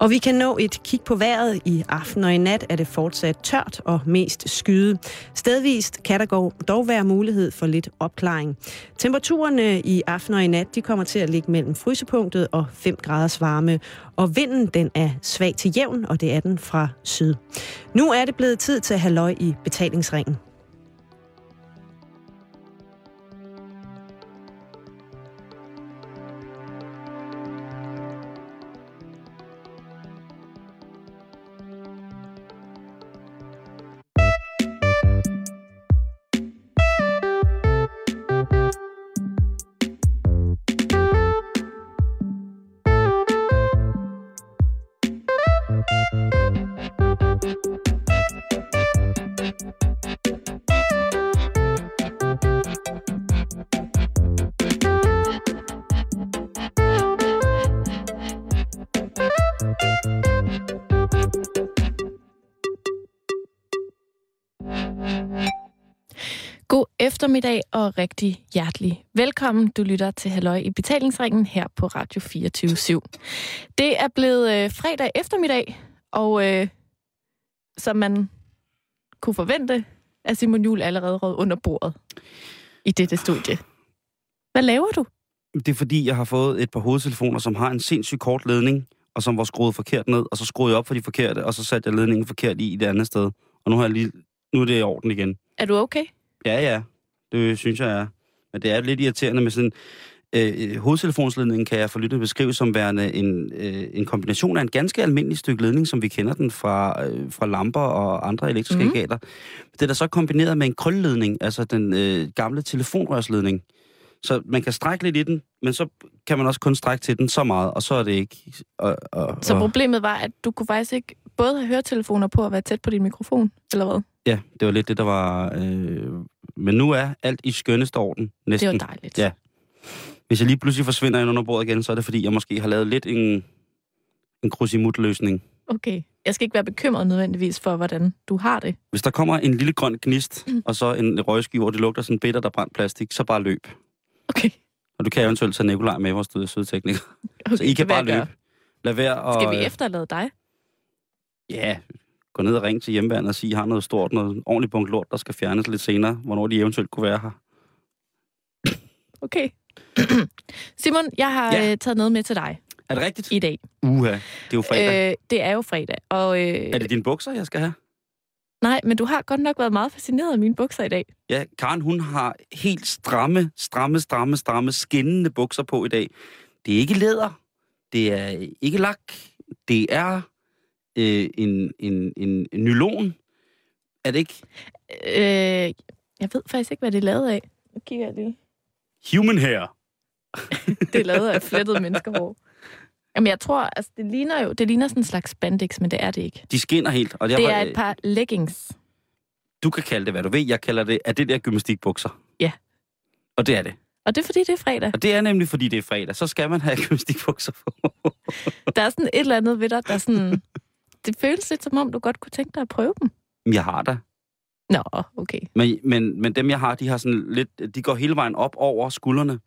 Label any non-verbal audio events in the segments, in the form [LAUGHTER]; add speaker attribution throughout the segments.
Speaker 1: Og vi kan nå et kig på vejret i aften og i nat er det fortsat tørt og mest skyde. Stedvist kan der dog være mulighed for lidt opklaring. Temperaturerne i aften og i nat de kommer til at ligge mellem frysepunktet og 5 graders varme. Og vinden den er svag til jævn, og det er den fra syd. Nu er det blevet tid til halløj i betalingsringen.
Speaker 2: eftermiddag og rigtig hjertelig velkommen. Du lytter til Halløj i Betalingsringen her på Radio 24 /7. Det er blevet øh, fredag eftermiddag, og øh, som man kunne forvente, er Simon Jul allerede råd under bordet i dette studie. Hvad laver du?
Speaker 3: Det er fordi, jeg har fået et par hovedtelefoner, som har en sindssygt kort ledning, og som var skruet forkert ned, og så skruede jeg op for de forkerte, og så satte jeg ledningen forkert i, i det andet sted. Og nu, har jeg lige, nu er det i orden igen.
Speaker 2: Er du okay?
Speaker 3: Ja, ja. Det synes jeg er. Men det er lidt irriterende med sådan... Øh, hovedtelefonsledningen kan jeg for lytterne beskrive som værende en, øh, en kombination af en ganske almindelig stykke ledning, som vi kender den fra, øh, fra lamper og andre elektriske
Speaker 2: Mhm.
Speaker 3: mm. legater. Det er da så kombineret med en krølledning, altså den øh, gamle telefonrørsledning. Så man kan strække lidt i den, men så kan man også kun strække til den så meget, og så er det ikke... Og, og,
Speaker 2: så problemet var, at du kunne faktisk ikke både have høretelefoner på og være tæt på din mikrofon, eller hvad?
Speaker 3: Ja, det var lidt det, der var... Øh, men nu er alt i skønneste orden, næsten.
Speaker 2: Det var dejligt.
Speaker 3: Ja. Hvis jeg lige pludselig forsvinder ind under bordet igen, så er det fordi, jeg måske har lavet lidt en, en krusimut-løsning.
Speaker 2: Okay. Jeg skal ikke være bekymret nødvendigvis for, hvordan du har det.
Speaker 3: Hvis der kommer en lille grøn gnist, mm. og så en røgsky, hvor det lugter sådan bitter, der brændt plastik, så bare løb.
Speaker 2: Okay.
Speaker 3: Og du kan eventuelt tage Nikolaj med, vores søde sødetekniker. Okay, så I kan bare løbe. Lad være og, øh,
Speaker 2: Skal vi efterlade dig?
Speaker 3: Ja, gå ned og ringe til hjemmeværende og sige, at I har noget stort, noget ordentligt bunke lort, der skal fjernes lidt senere, hvornår de eventuelt kunne være her.
Speaker 2: Okay. [CLEARS THROAT] Simon, jeg har ja. øh, taget noget med til dig.
Speaker 3: Er det rigtigt?
Speaker 2: I dag.
Speaker 3: Uha, det er jo fredag.
Speaker 2: Øh, det er jo fredag. Og, øh,
Speaker 3: er det dine bukser, jeg skal have?
Speaker 2: Nej, men du har godt nok været meget fascineret af mine bukser i dag.
Speaker 3: Ja, Karen, hun har helt stramme, stramme, stramme, stramme, skinnende bukser på i dag. Det er ikke læder. Det er ikke lak. Det er øh, en, en, en, en nylon. Er det ikke?
Speaker 2: Øh, jeg ved faktisk ikke, hvad det er lavet af. Nu kigger jeg lige.
Speaker 3: Human hair.
Speaker 2: det er lavet af
Speaker 3: [LAUGHS]
Speaker 2: flettet menneskehår. Jamen, jeg tror, altså, det ligner jo, det ligner sådan en slags spandex, men det er det ikke.
Speaker 3: De skinner helt.
Speaker 2: Og det, det er et par leggings.
Speaker 3: Du kan kalde det, hvad du ved. Jeg kalder det, er det der gymnastikbukser?
Speaker 2: Ja.
Speaker 3: Og det er det.
Speaker 2: Og det er, fordi det er fredag.
Speaker 3: Og det er nemlig, fordi det er fredag. Så skal man have [LAUGHS] gymnastikbukser på.
Speaker 2: der er sådan et eller andet ved dig, der
Speaker 3: [LAUGHS]
Speaker 2: sådan... Det føles lidt, som om du godt kunne tænke dig at prøve dem.
Speaker 3: Jeg har da.
Speaker 2: Nå, okay.
Speaker 3: Men, men, men dem, jeg har, de har sådan lidt... De går hele vejen op over skuldrene.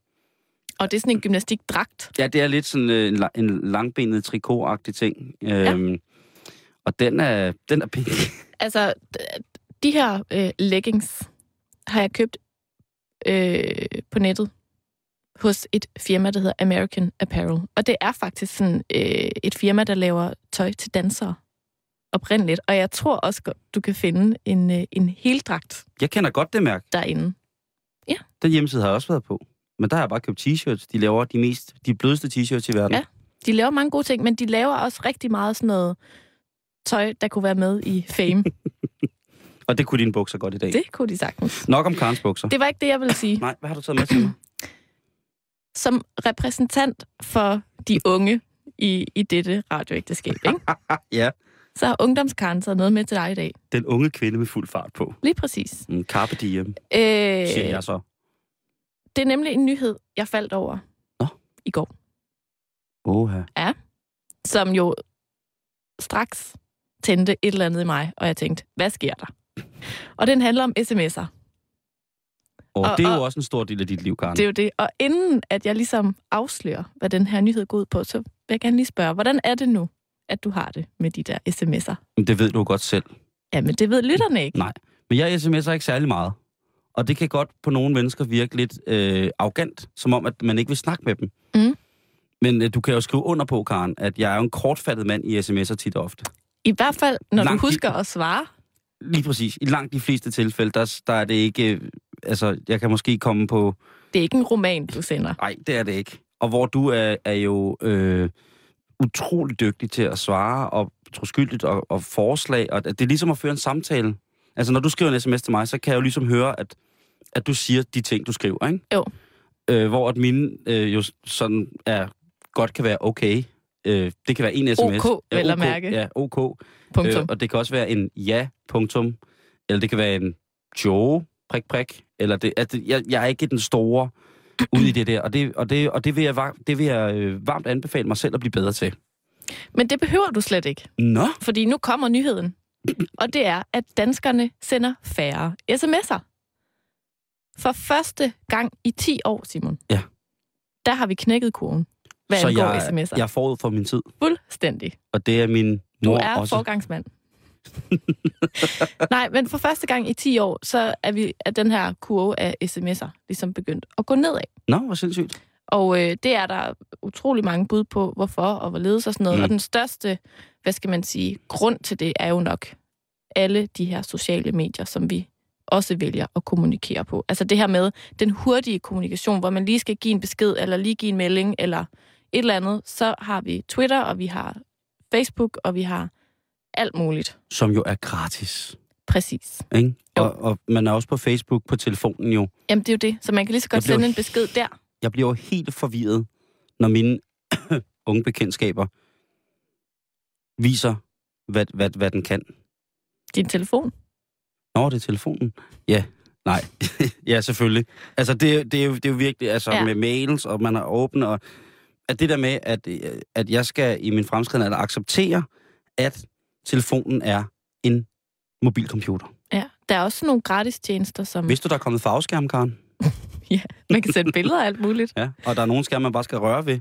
Speaker 2: Og det er sådan en gymnastikdragt?
Speaker 3: Ja, det er lidt sådan øh, en, en langbenet trikot-agtig ting. Øhm, ja. Og den er, den er pink.
Speaker 2: Altså, de her øh, leggings har jeg købt øh, på nettet hos et firma, der hedder American Apparel. Og det er faktisk sådan øh, et firma, der laver tøj til dansere oprindeligt. Og jeg tror også godt, du kan finde en, øh, en heldragt.
Speaker 3: Jeg kender godt det mærke.
Speaker 2: Derinde. Ja.
Speaker 3: Den hjemmeside har jeg også været på. Men der har jeg bare købt t-shirts. De laver de mest, de blødeste t-shirts i verden.
Speaker 2: Ja, de laver mange gode ting, men de laver også rigtig meget sådan noget tøj, der kunne være med i fame.
Speaker 3: Og det kunne dine bukser godt i dag.
Speaker 2: Det kunne de sagtens.
Speaker 3: Nok om Karens bukser.
Speaker 2: Det var ikke det, jeg ville sige.
Speaker 3: Nej, hvad har du taget med til mig?
Speaker 2: Som repræsentant for de unge i, i dette radioægteskab, ikke?
Speaker 3: [LAUGHS] ja.
Speaker 2: Så har ungdomskaren taget noget med til dig i dag.
Speaker 3: Den unge kvinde med fuld fart på.
Speaker 2: Lige præcis.
Speaker 3: Mm, carpe diem, øh, siger jeg så.
Speaker 2: Det er nemlig en nyhed, jeg faldt over
Speaker 3: Nå.
Speaker 2: i går.
Speaker 3: Oha.
Speaker 2: Ja. Som jo straks tændte et eller andet i mig, og jeg tænkte, hvad sker der? Og den handler om sms'er.
Speaker 3: Og, og det er jo og, også en stor del af dit liv, Karen.
Speaker 2: Det er jo det. Og inden at jeg ligesom afslører, hvad den her nyhed går ud på, så vil jeg gerne lige spørge, hvordan er det nu? at du har det med de der sms'er.
Speaker 3: Men Det ved du jo godt selv.
Speaker 2: Jamen, det ved lytterne ikke.
Speaker 3: Nej. Men jeg sms'er ikke særlig meget. Og det kan godt på nogle mennesker virke lidt øh, arrogant, som om, at man ikke vil snakke med dem.
Speaker 2: Mm.
Speaker 3: Men øh, du kan jo skrive under på, Karen, at jeg er jo en kortfattet mand i sms'er tit og ofte.
Speaker 2: I hvert fald, når
Speaker 3: Langt
Speaker 2: du husker at svare.
Speaker 3: Lige præcis. I langt de fleste tilfælde, der, der er det ikke... Øh, altså, jeg kan måske komme på...
Speaker 2: Det er ikke en roman, du sender.
Speaker 3: Nej, det er det ikke. Og hvor du er, er jo øh, utrolig dygtig til at svare og troskyldigt og, og forslag. Og det er ligesom at føre en samtale. Altså, når du skriver en sms til mig, så kan jeg jo ligesom høre, at, at du siger de ting, du skriver, ikke?
Speaker 2: Jo.
Speaker 3: Øh, hvor at mine øh, jo sådan er, godt kan være okay. Øh, det kan være en sms.
Speaker 2: OK,
Speaker 3: Ja,
Speaker 2: vel at
Speaker 3: OK,
Speaker 2: mærke.
Speaker 3: Ja, OK.
Speaker 2: Punktum.
Speaker 3: Øh, og det kan også være en ja, punktum. Eller det kan være en jo, prik, prik. Eller det, at det- jeg, jeg er ikke den store ud i det der. Og det, og det, og det vil jeg, var, det vil jeg øh, varmt anbefale mig selv at blive bedre til.
Speaker 2: Men det behøver du slet ikke,
Speaker 3: Nå,
Speaker 2: fordi nu kommer nyheden. Og det er, at danskerne sender færre sms'er. For første gang i 10 år, Simon.
Speaker 3: Ja.
Speaker 2: Der har vi knækket kurven. Hvad
Speaker 3: så
Speaker 2: angår
Speaker 3: jeg,
Speaker 2: sms'er.
Speaker 3: jeg er forud for min tid.
Speaker 2: Fuldstændig.
Speaker 3: Og det er min
Speaker 2: Du
Speaker 3: mor
Speaker 2: er
Speaker 3: også.
Speaker 2: forgangsmand. Nej, men for første gang i 10 år, så er, vi, er den her kurve af sms'er ligesom begyndt at gå nedad.
Speaker 3: Nå, hvor sindssygt.
Speaker 2: Og øh, det er der utrolig mange bud på, hvorfor og hvorledes og sådan noget.
Speaker 3: Mm.
Speaker 2: Mm. Og den største, hvad skal man sige, grund til det er jo nok alle de her sociale medier, som vi også vælger at kommunikere på. Altså det her med den hurtige kommunikation, hvor man lige skal give en besked, eller lige give en melding, eller et eller andet. Så har vi Twitter, og vi har Facebook, og vi har alt muligt.
Speaker 3: Som jo er gratis.
Speaker 2: Præcis.
Speaker 3: Ikke?
Speaker 2: Jo.
Speaker 3: Og, og man er også på Facebook på telefonen jo.
Speaker 2: Jamen det er jo det. Så man kan lige så godt
Speaker 3: Jeg blev
Speaker 2: sende en besked der.
Speaker 3: Jeg bliver jo helt forvirret, når mine [COUGHS] unge bekendtskaber viser, hvad, hvad, hvad den kan.
Speaker 2: Din telefon.
Speaker 3: Nå, det er telefonen. Ja, nej. [LAUGHS] ja, selvfølgelig. Altså, det, det, er, jo, det er jo virkelig, altså ja.
Speaker 2: Ja.
Speaker 3: med mails, og man er åben, og at det der med, at, øh, at jeg skal i min fremskridende alder acceptere, at telefonen er en mobilcomputer.
Speaker 2: Ja. Der er også nogle gratis tjenester, som
Speaker 3: Vidste du, der er kommet farveskærm, Karen?
Speaker 2: man kan sende billeder af alt muligt.
Speaker 3: Ja. Og der er nogle skærme, man bare skal røre ved,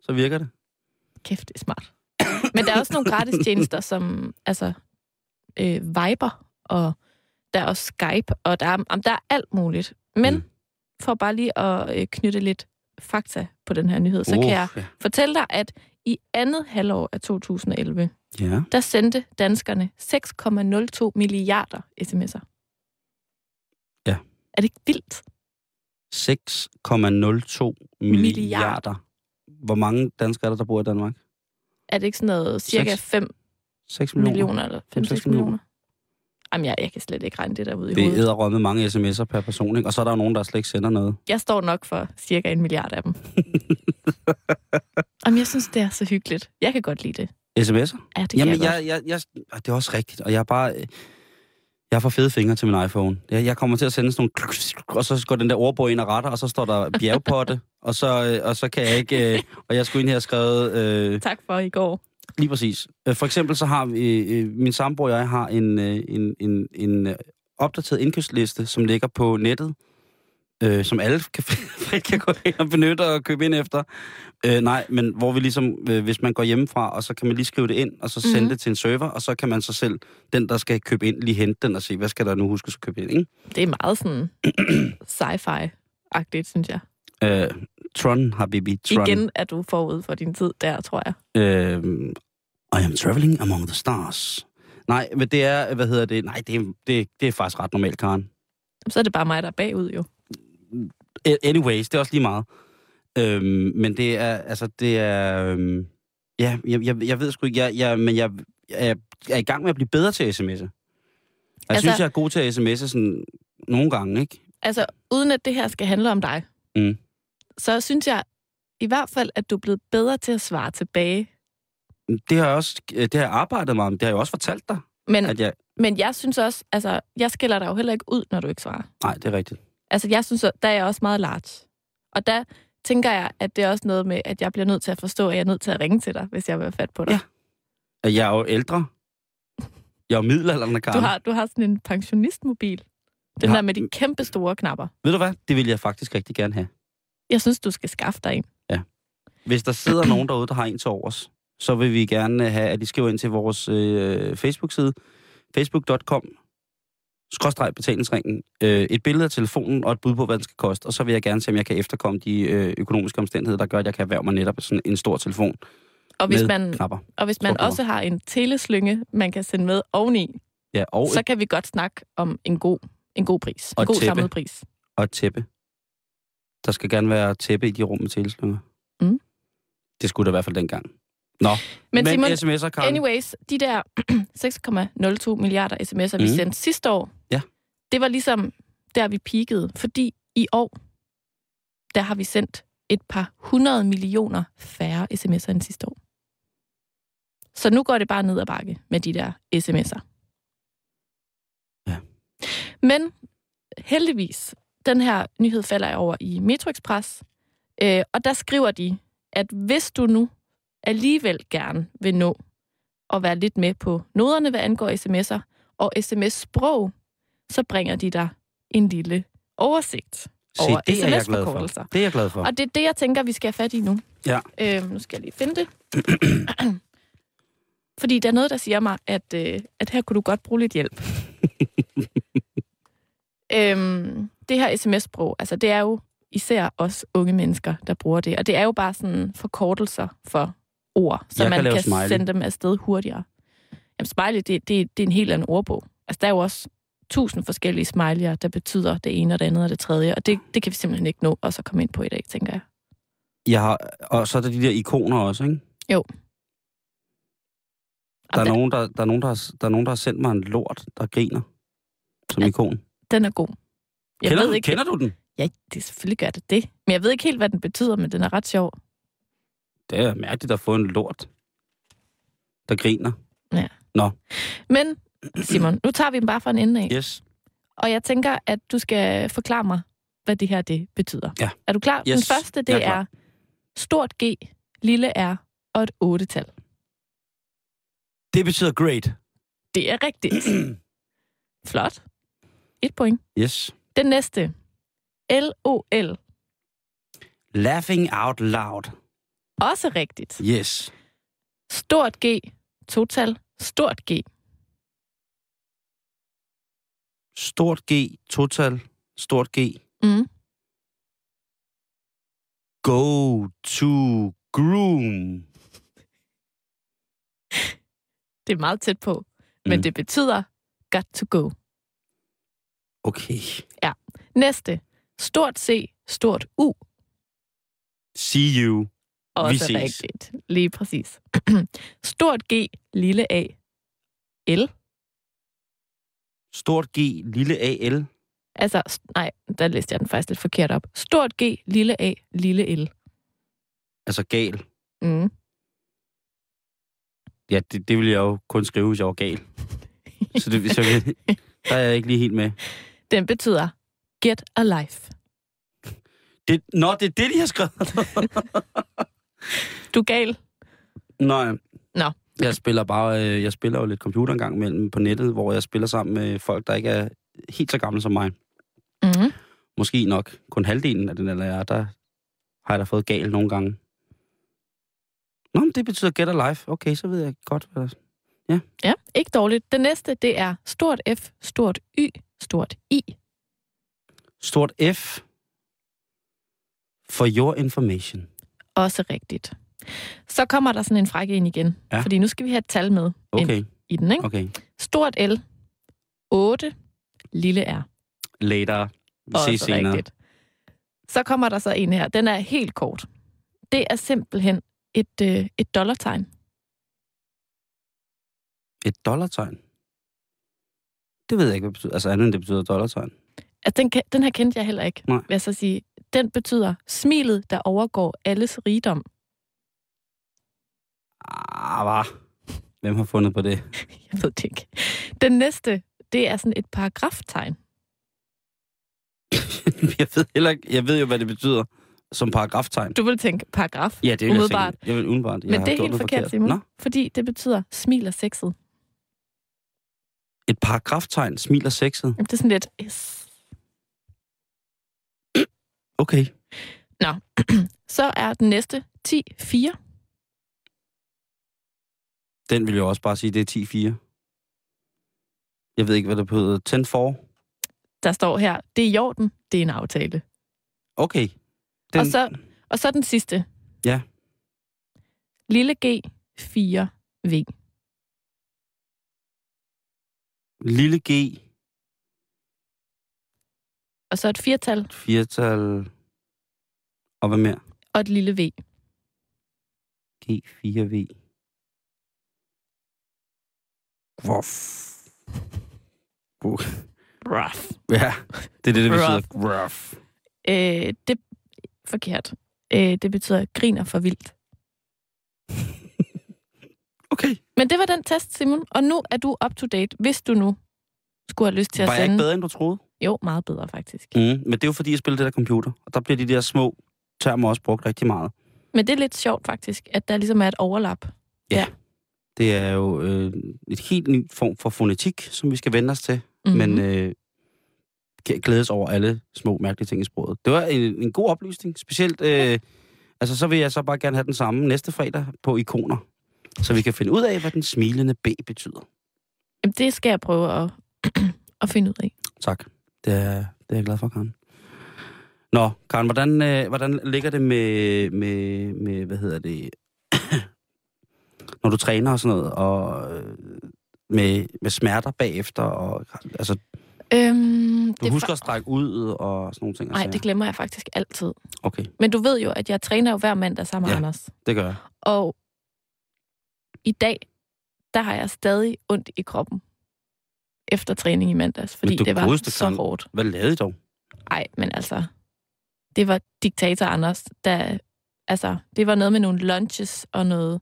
Speaker 3: så virker det.
Speaker 2: Kæft, det er smart. Men der er også nogle gratis tjenester, som altså, øh, Viber, og der er også Skype, og der er, am, der er alt muligt. Men
Speaker 3: Mm.
Speaker 2: mm. for bare lige at øh, knytte lidt fakta på den her nyhed, så
Speaker 3: Uh,
Speaker 2: kan jeg
Speaker 3: ja.
Speaker 2: fortælle dig, at i andet halvår af 2011,
Speaker 3: Ja,
Speaker 2: der sendte danskerne 6,02 milliarder sms'er.
Speaker 3: Ja.
Speaker 2: Er det ikke vildt?
Speaker 3: 6,02 milliarder. Hvor mange danskere er der, der bor i Danmark?
Speaker 2: Er det ikke sådan noget cirka
Speaker 3: Seks
Speaker 2: 5
Speaker 3: 6 millioner.
Speaker 2: millioner, eller
Speaker 3: seks
Speaker 2: 5-6
Speaker 3: millioner.
Speaker 2: millioner? Jamen, jeg, jeg kan slet ikke regne det der ud i
Speaker 3: Det
Speaker 2: hovedet.
Speaker 3: er med mange sms'er per person, ikke? Og så er der jo nogen, der slet ikke sender noget.
Speaker 2: Jeg står nok for cirka en milliard af
Speaker 3: [LAUGHS]
Speaker 2: dem. Jamen, jeg synes, det er så hyggeligt. Jeg kan godt lide det.
Speaker 3: SMS'er?
Speaker 2: Ja, det kan
Speaker 3: Jamen,
Speaker 2: jeg, jeg...
Speaker 3: jeg, jeg, jeg, ah, det er også rigtigt, og jeg er bare... øh, Jeg får fede fingre til min iPhone. Jeg, jeg kommer til at sende sådan nogle... kluks, kluks, Og så går den der ordbog ind og retter, og så står der bjergpotte, og så, øh, og så kan jeg ikke... øh, Og jeg skulle ind her og skrevet... Øh,
Speaker 2: Tak for i går.
Speaker 3: lige præcis. Øh, For eksempel så har vi... øh, Min sambo og jeg har en, øh, en, en, en øh, opdateret indkøbsliste, som ligger på nettet, øh, som alle kan, [LAUGHS] frit kan gå ind og benytte og købe ind efter. Øh, nej, men hvor vi ligesom, øh, hvis man går hjemmefra, og så kan man lige skrive det ind, og så sende mm.
Speaker 2: Mhm.
Speaker 3: det til en server, og så kan man så selv, den der skal købe ind, lige hente den og se, hvad skal der nu huskes at købe ind, ikke?
Speaker 2: Det er meget
Speaker 3: [CLEARS THROAT]
Speaker 2: sådan sci-fi-agtigt, synes jeg.
Speaker 3: Øh, Tron, habibi, Tron.
Speaker 2: Igen er du forud for din tid der, tror jeg.
Speaker 3: Øh, I am traveling among the stars. Nej, men det er, hvad hedder det? Nej, det er, det, det er faktisk ret normalt, Karen.
Speaker 2: Så er det bare mig, der er bagud jo.
Speaker 3: Anyways, det er også lige meget. Øhm, men det er, altså, det er... Øhm, ja, jeg, jeg, jeg ved sgu ikke, jeg, jeg, men jeg, jeg, er- jeg er i gang med at blive bedre til sms'er. Jeg altså,
Speaker 2: Altså-
Speaker 3: synes, jeg er god til at sms'e sådan nogle gange, ikke?
Speaker 2: Altså, uden at det her skal handle om dig,
Speaker 3: Mm.
Speaker 2: så synes jeg i hvert fald, at du er blevet bedre til at svare tilbage.
Speaker 3: Det har jeg også øh, det har jeg arbejdet meget om. Det har jeg jo også fortalt dig,
Speaker 2: Men,
Speaker 3: at jeg...
Speaker 2: men jeg synes også, altså, jeg skiller dig jo heller ikke ud, når du ikke svarer.
Speaker 3: Nej, det er rigtigt.
Speaker 2: Altså, jeg synes, at der er jeg også meget large. Og der tænker jeg, at det er også noget med, at jeg bliver nødt til at forstå, at jeg er nødt til at ringe til dig, hvis jeg vil have fat på dig.
Speaker 3: Ja, At Jeg er jo ældre. Jeg er jo middelalderne, Karen.
Speaker 2: du, har, du har sådan en pensionistmobil. Den
Speaker 3: Ja.
Speaker 2: der med de kæmpe store knapper.
Speaker 3: Ved du hvad? Det vil jeg faktisk rigtig gerne have.
Speaker 2: Jeg synes, du skal skaffe dig en.
Speaker 3: Hvis der sidder nogen derude, der har en til overs, så vil vi gerne øh, have, at I skriver ind til vores øh, Facebook-side, facebook.com skråstreg betalingsringen, øh, et billede af telefonen og et bud på, hvad den skal koste, og så vil jeg gerne se, om jeg kan efterkomme de øh, økonomiske omstændigheder, der gør, at jeg kan erhverve mig netop sådan en stor telefon
Speaker 2: Og hvis
Speaker 3: med
Speaker 2: man,
Speaker 3: knapper.
Speaker 2: og hvis man
Speaker 3: Tror jeg.
Speaker 2: også har en teleslynge, man kan sende med oveni,
Speaker 3: Ja, og,
Speaker 2: så kan vi godt snakke om en god, en god pris. En
Speaker 3: Og
Speaker 2: god
Speaker 3: tæppe.
Speaker 2: samlet pris.
Speaker 3: og et tæppe. Der skal gerne være tæppe i de rum med teleslynger.
Speaker 2: Mm.
Speaker 3: Det skulle der i hvert fald dengang. Nå,
Speaker 2: Men Simon,
Speaker 3: sms'er, Karen.
Speaker 2: Anyways, de der [CLEARS THROAT] 6,02 milliarder sms'er, vi
Speaker 3: Mhm.
Speaker 2: sendte sidste år,
Speaker 3: Ja.
Speaker 2: det var ligesom der, vi peakede. Fordi i år, der har vi sendt et par hundrede millioner færre sms'er end sidste år. Så nu går det bare ned ad bakke med de der sms'er.
Speaker 3: Ja.
Speaker 2: Men heldigvis, den her nyhed falder jeg over i Metro Express, øh, og der skriver de, at hvis du nu alligevel gerne vil nå at være lidt med på noderne, hvad angår sms'er, og sms-sprog, så bringer de dig en lille oversigt
Speaker 3: Se,
Speaker 2: over
Speaker 3: det er jeg glad for.
Speaker 2: sms-forkortelser.
Speaker 3: Det er jeg glad for.
Speaker 2: Og det er det, jeg tænker, vi skal have fat i nu.
Speaker 3: Ja.
Speaker 2: Øhm, nu skal jeg lige finde det. [CLEARS THROAT] Fordi der er noget, der siger mig, at, øh, at her kunne du godt bruge lidt hjælp. øhm, det her sms-sprog, altså det er jo især os unge mennesker, der bruger det. Og det er jo bare sådan forkortelser for ord, så
Speaker 3: Jeg
Speaker 2: man kan,
Speaker 3: kan lave
Speaker 2: kan
Speaker 3: smiley.
Speaker 2: sende dem afsted hurtigere. Jamen smiley, det, det, det er en helt anden ordbog. Altså der er jo også tusind forskellige smiley'er, der betyder det ene og det andet og det tredje, og det, det kan vi simpelthen ikke nå at så komme ind på i dag, tænker jeg.
Speaker 3: Jeg har, og så er der de der ikoner også, ikke? Der er,
Speaker 2: Og den,
Speaker 3: nogen, der, der, er nogen, der, har, der er nogen, der har sendt mig en lort, der griner som
Speaker 2: Ja,
Speaker 3: ikon.
Speaker 2: den er god. Jeg
Speaker 3: kender,
Speaker 2: ved
Speaker 3: du,
Speaker 2: ikke,
Speaker 3: kender du den?
Speaker 2: Ja, det selvfølgelig gør det det. Men jeg ved ikke helt, hvad den betyder, men den er ret sjov.
Speaker 3: Det er mærkeligt at få en lort, der griner.
Speaker 2: Men, Simon, nu tager vi den bare fra en ende af.
Speaker 3: Yes.
Speaker 2: Og jeg tænker, at du skal forklare mig, hvad det her det betyder.
Speaker 3: Ja.
Speaker 2: Er du klar? Den
Speaker 3: Yes,
Speaker 2: første,
Speaker 3: jeg er
Speaker 2: det
Speaker 3: klar.
Speaker 2: er stort G, lille R og et otte-tal.
Speaker 3: Det betyder great.
Speaker 2: Det er rigtigt. Flot. Et point.
Speaker 3: [CLEARS THROAT] Yes.
Speaker 2: Den næste. LOL.
Speaker 3: Laughing out loud.
Speaker 2: Også rigtigt.
Speaker 3: Yes.
Speaker 2: Stort G, total, stort G.
Speaker 3: Stort G, total, stort G.
Speaker 2: Mm.
Speaker 3: Go to groom.
Speaker 2: Det er meget tæt på. Men
Speaker 3: Mm.
Speaker 2: det betyder got to go.
Speaker 3: Okay.
Speaker 2: Næste. Stort C, stort U.
Speaker 3: See you. Vi
Speaker 2: Også
Speaker 3: ses.
Speaker 2: rigtigt. Lige præcis. [CLEARS THROAT] stort G, lille A. L.
Speaker 3: Stort G, lille AL.
Speaker 2: Altså, s- nej, der læste jeg den faktisk lidt forkert op. Stort G, lille A, lille L.
Speaker 3: Altså gal.
Speaker 2: Mm.
Speaker 3: Ja, det, det ville jeg jo kun skrive, hvis jeg var
Speaker 2: [LAUGHS]
Speaker 3: gal. Så, det, så der er jeg ikke lige helt med.
Speaker 2: Den betyder get a life.
Speaker 3: Det, nå, det er det, de har skrevet.
Speaker 2: Du er gal.
Speaker 3: Nej.
Speaker 2: Nå.
Speaker 3: Jeg spiller bare, øh, jeg spiller jo lidt computer en gang imellem på nettet, hvor jeg spiller sammen med folk, der ikke er helt så gamle som mig.
Speaker 2: Mm.
Speaker 3: Måske nok kun halvdelen af den alder, jeg er, der har jeg da fået gal nogle gange. Nå, men det betyder get a life. Okay, så ved jeg godt, hvad der...
Speaker 2: Ja, ikke dårligt. Den næste, det er stort F, stort Y, stort I.
Speaker 3: Stort F for your information.
Speaker 2: Også rigtigt. Så kommer der sådan en frække ind igen,
Speaker 3: Ja.
Speaker 2: ja. fordi nu skal vi have et tal med
Speaker 3: Okay,
Speaker 2: i den, ikke?
Speaker 3: okay.
Speaker 2: Stort L, 8, lille R.
Speaker 3: Later. Vi ses
Speaker 2: Også
Speaker 3: senere.
Speaker 2: rigtigt. Så kommer der så en her. Den er helt kort. Det er simpelthen et, øh, et dollartegn.
Speaker 3: Et dollartegn? Det ved jeg ikke, hvad det betyder. Altså andet end det betyder dollartegn.
Speaker 2: Altså, den, kan- den her kendte jeg heller ikke,
Speaker 3: Nej.
Speaker 2: vil jeg så sige. Den betyder smilet, der overgår alles rigdom. [LAUGHS]
Speaker 3: Ah, hva? Hvem har fundet på det? [LAUGHS]
Speaker 2: Jeg ved det ikke. Den næste, det er sådan et paragraftegn.
Speaker 3: jeg ved heller ikke. Jeg ved jo, hvad det betyder som paragraftegn.
Speaker 2: Du vil tænke paragraf,
Speaker 3: Ja, det vil
Speaker 2: umiddelbart.
Speaker 3: jeg tænke. Jeg vil udenbart. Jeg
Speaker 2: Men
Speaker 3: har
Speaker 2: det er
Speaker 3: gjort
Speaker 2: helt
Speaker 3: noget
Speaker 2: forkert, Simon.
Speaker 3: Nå,
Speaker 2: fordi det betyder smil og sexet.
Speaker 3: et paragraftegn smiler sexet.
Speaker 2: Jamen, det er sådan lidt... Yes.
Speaker 3: Okay.
Speaker 2: Så er den næste 10-4.
Speaker 3: Den vil jeg også bare sige, det er 10-4. Jeg ved ikke, hvad det hedder. 10-4?
Speaker 2: Der står her, det er i orden, det er en aftale.
Speaker 3: Okay.
Speaker 2: Den... Og, så, og så den sidste.
Speaker 3: Ja.
Speaker 2: Lille G, 4, V.
Speaker 3: Lille G,
Speaker 2: Og så et firtal
Speaker 3: firtal... Og hvad mere?
Speaker 2: og et lille V.
Speaker 3: G4V. Hvor... f- Hvor...
Speaker 2: Rough.
Speaker 3: Ja, det er det, det betyder.
Speaker 2: Rough.
Speaker 3: Rough.
Speaker 2: Øh, det forkert. Øh, det betyder griner for vildt.
Speaker 3: Okay.
Speaker 2: Men det var den test, Simon. Og nu er du up to date, hvis du nu skulle have lyst til at
Speaker 3: Var jeg
Speaker 2: sende...
Speaker 3: ikke bedre, end du troede?
Speaker 2: Jo, meget bedre faktisk. Mm.
Speaker 3: Mm, men det er jo fordi, jeg spiller det der computer, og der bliver de der små termer også brugt rigtig meget.
Speaker 2: Men det er lidt sjovt faktisk, at der ligesom er et overlap.
Speaker 3: Det er jo øh, et helt ny form for fonetik, som vi skal vende os til,
Speaker 2: Mm-hmm.
Speaker 3: men øh, kan glædes over alle små mærkelige ting i sproget. Det var en, en god oplysning, specielt... Øh, altså, så vil jeg så bare gerne have den samme næste fredag på ikoner, så vi kan finde ud af, hvad den smilende B betyder.
Speaker 2: Jamen, det skal jeg prøve at, [CLEARS THROAT] at finde ud af.
Speaker 3: Tak. Det er, det er jeg glad for, Karen. Nå, Karen, hvordan, øh, hvordan ligger det med, med, med, hvad hedder det, [CLEARS THROAT] når du træner og sådan noget, og øh, med, med smerter bagefter, og altså,
Speaker 2: Øhm,
Speaker 3: du husker altså. at strække ud og sådan nogle ting? og
Speaker 2: Nej,
Speaker 3: sager.
Speaker 2: det glemmer jeg faktisk altid.
Speaker 3: Okay,
Speaker 2: Men du ved jo, at jeg træner jo hver mandag sammen med
Speaker 3: Ja.
Speaker 2: ja. Anders.
Speaker 3: det gør jeg.
Speaker 2: Og i dag, der har jeg stadig ondt i kroppen efter træning i mandags, fordi
Speaker 3: du
Speaker 2: det var
Speaker 3: godeste,
Speaker 2: så
Speaker 3: Karen.
Speaker 2: hårdt.
Speaker 3: Hvad lavede I dog?
Speaker 2: Nej, men altså, det var diktator Anders, der, altså, det var noget med nogle lunches og noget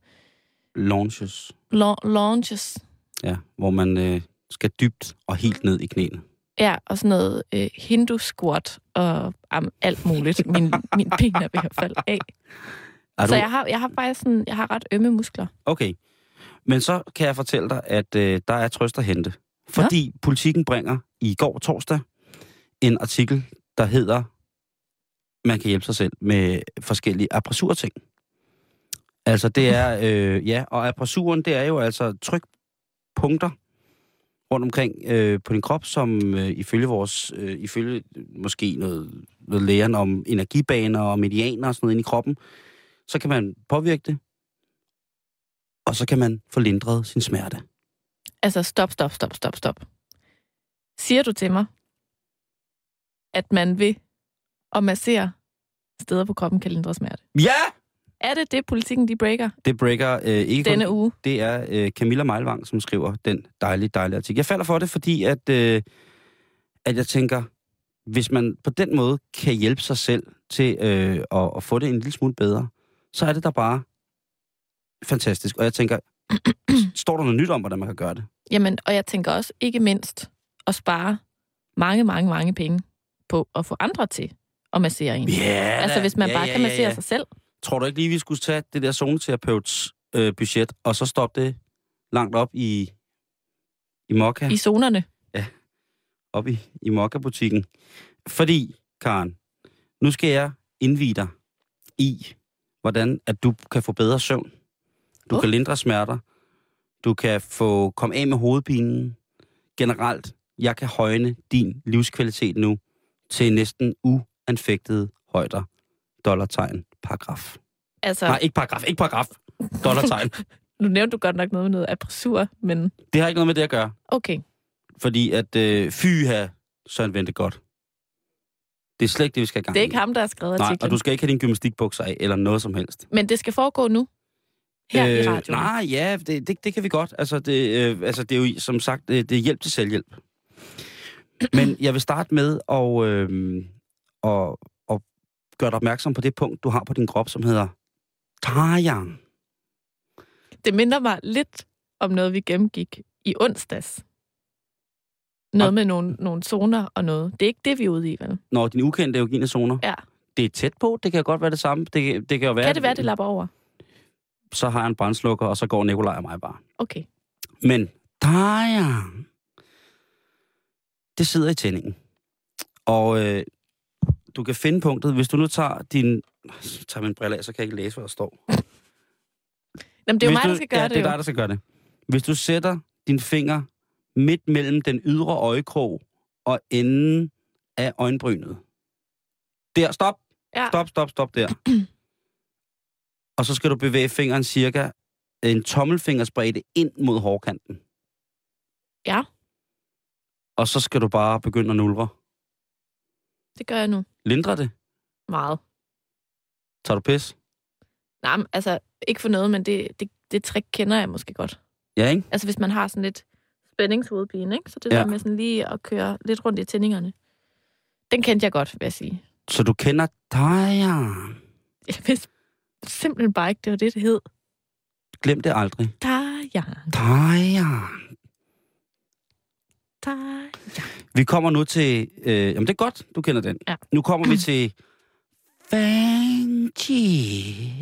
Speaker 3: Launches.
Speaker 2: la- launches,
Speaker 3: Ja, hvor man øh, skal dybt og helt ned i knæene.
Speaker 2: ja, og sådan noget øh, hindu squat og am, alt muligt. Min, min ben er ved at falde af.
Speaker 3: Er
Speaker 2: Så
Speaker 3: du-
Speaker 2: Altså, jeg har, jeg har faktisk sådan, jeg har ret ømme muskler.
Speaker 3: Okay. Men så kan jeg fortælle dig, at øh, der er trøst at hente. Fordi ja. politikken bringer i går torsdag en artikel, der hedder, man kan hjælpe sig selv med forskellige apressurting. Altså det er, øh, ja, og apressuren, det er jo altså trykpunkter rundt omkring øh, på din krop, som øh, ifølge vores, øh, ifølge måske noget, noget læren om energibaner og medianer og sådan noget inde i kroppen, så kan man påvirke det, og så kan man få lindret sin smerte.
Speaker 2: Altså, stop, stop, stop, stop, stop. Siger du til mig, at man ved at massere steder på kroppen kan lindre smerte?
Speaker 3: Ja!
Speaker 2: Er det det, politikken de breaker
Speaker 3: Det breaker øh, ikke
Speaker 2: denne
Speaker 3: kun,
Speaker 2: uge?
Speaker 3: Det er øh, Camilla Meilvang, som skriver den dejlige, dejlige artikel. Jeg falder for det, fordi at, øh, at jeg tænker, hvis man på den måde kan hjælpe sig selv til øh, at, at få det en lille smule bedre, så er det da bare fantastisk. Og jeg tænker, [CLEARS THROAT] står der noget nyt om, hvordan man kan gøre det?
Speaker 2: Jamen, og jeg tænker også ikke mindst at spare mange, mange, mange penge på at få andre til at massere en.
Speaker 3: Ja,
Speaker 2: altså, hvis man
Speaker 3: ja,
Speaker 2: bare
Speaker 3: ja,
Speaker 2: kan
Speaker 3: ja,
Speaker 2: massere
Speaker 3: ja.
Speaker 2: sig selv.
Speaker 3: Tror du ikke lige, vi skulle tage det der zoneterapeuts øh, budget, og så stoppe det langt op i, i mokka?
Speaker 2: I zonerne.
Speaker 3: op i, i Mokka-butikken. Fordi, Karen, nu skal jeg indvide dig i, hvordan at du kan få bedre søvn. Du
Speaker 2: Uh.
Speaker 3: kan lindre smerter. Du kan få komme af med hovedpinen. Generelt, jeg kan højne din livskvalitet nu til næsten uanfægtede højder. Dollartegn, paragraf.
Speaker 2: Altså,
Speaker 3: Ja. Nej, ikke paragraf, ikke paragraf.
Speaker 2: [LAUGHS]
Speaker 3: Dollartegn.
Speaker 2: nu nævnte du godt nok noget med noget apressur, men
Speaker 3: det har ikke noget med det at gøre.
Speaker 2: okay.
Speaker 3: Fordi at øh, fy her, Søren Vente godt. Det er slet ikke det, vi skal i gang
Speaker 2: Det er
Speaker 3: i.
Speaker 2: ikke ham, der har skrevet
Speaker 3: Nej,
Speaker 2: artiklen.
Speaker 3: og du skal ikke have dine gymnastikbukser af, eller noget som helst.
Speaker 2: Men det skal foregå nu. Her øh, i radioen.
Speaker 3: Nej, ja, det, det, det kan vi godt. Altså, det, øh, altså, det er jo som sagt, det, det er hjælp til selvhjælp. Men jeg vil starte med at, øh, og, og gøre dig opmærksom på det punkt, du har på din krop, som hedder Tarjan.
Speaker 2: Det minder mig lidt om noget, vi gennemgik i onsdags. Noget
Speaker 3: Og-
Speaker 2: med nogle, nogle zoner og noget. Det er ikke det, vi er ude i, vel?
Speaker 3: Når din ukendte eugene zoner.
Speaker 2: Ja.
Speaker 3: Det er tæt på, det kan godt være det samme. Det, kan- det kan jo være,
Speaker 2: Kan det være, det lapper over?
Speaker 3: så har jeg en brændslukker, og så går Nikolaj og mig bare.
Speaker 2: Okay.
Speaker 3: Men Dajan, det sidder i tændingen. Og øh, du kan finde punktet, hvis du nu tager din... Så tager min brille af, så kan jeg ikke læse, hvad der står.
Speaker 2: Jamen, det er jo mig,
Speaker 3: hvis du,
Speaker 2: der skal gøre
Speaker 3: ja,
Speaker 2: det,
Speaker 3: det er
Speaker 2: jo.
Speaker 3: dig, der skal gøre det. Hvis du sætter din finger midt mellem den ydre øjekrog og enden af øjenbrynet. Der, stop.
Speaker 2: Ja.
Speaker 3: Stop, stop,
Speaker 2: [CLEARS THROAT]
Speaker 3: stop der. og så skal du bevæge fingeren cirka en tommelfingersbredde ind mod hårkanten.
Speaker 2: Ja.
Speaker 3: Og så skal du bare begynde at nulre.
Speaker 2: Det gør jeg nu.
Speaker 3: Lindre det.
Speaker 2: Meget.
Speaker 3: Tager du pis?
Speaker 2: Nej, men, altså, ikke for noget, men det, det, det trick kender jeg måske godt.
Speaker 3: Ja, ikke?
Speaker 2: Altså, hvis man har sådan lidt spændingshovedpine, ikke? Så det
Speaker 3: Ja.
Speaker 2: ja. der med sådan lige at køre lidt rundt i tændingerne. Den kendte jeg godt, vil jeg sige. [LAUGHS]
Speaker 3: Så du kender Daja.
Speaker 2: Jeg vidste simpelthen bare ikke, det var det, det hed.
Speaker 3: Glem det aldrig.
Speaker 2: Dajan,
Speaker 3: Daja.
Speaker 2: dajan.
Speaker 3: Vi kommer nu til... Øh, jamen, det er godt, du kender den.
Speaker 2: Ja.
Speaker 3: Nu kommer vi til... Fancy.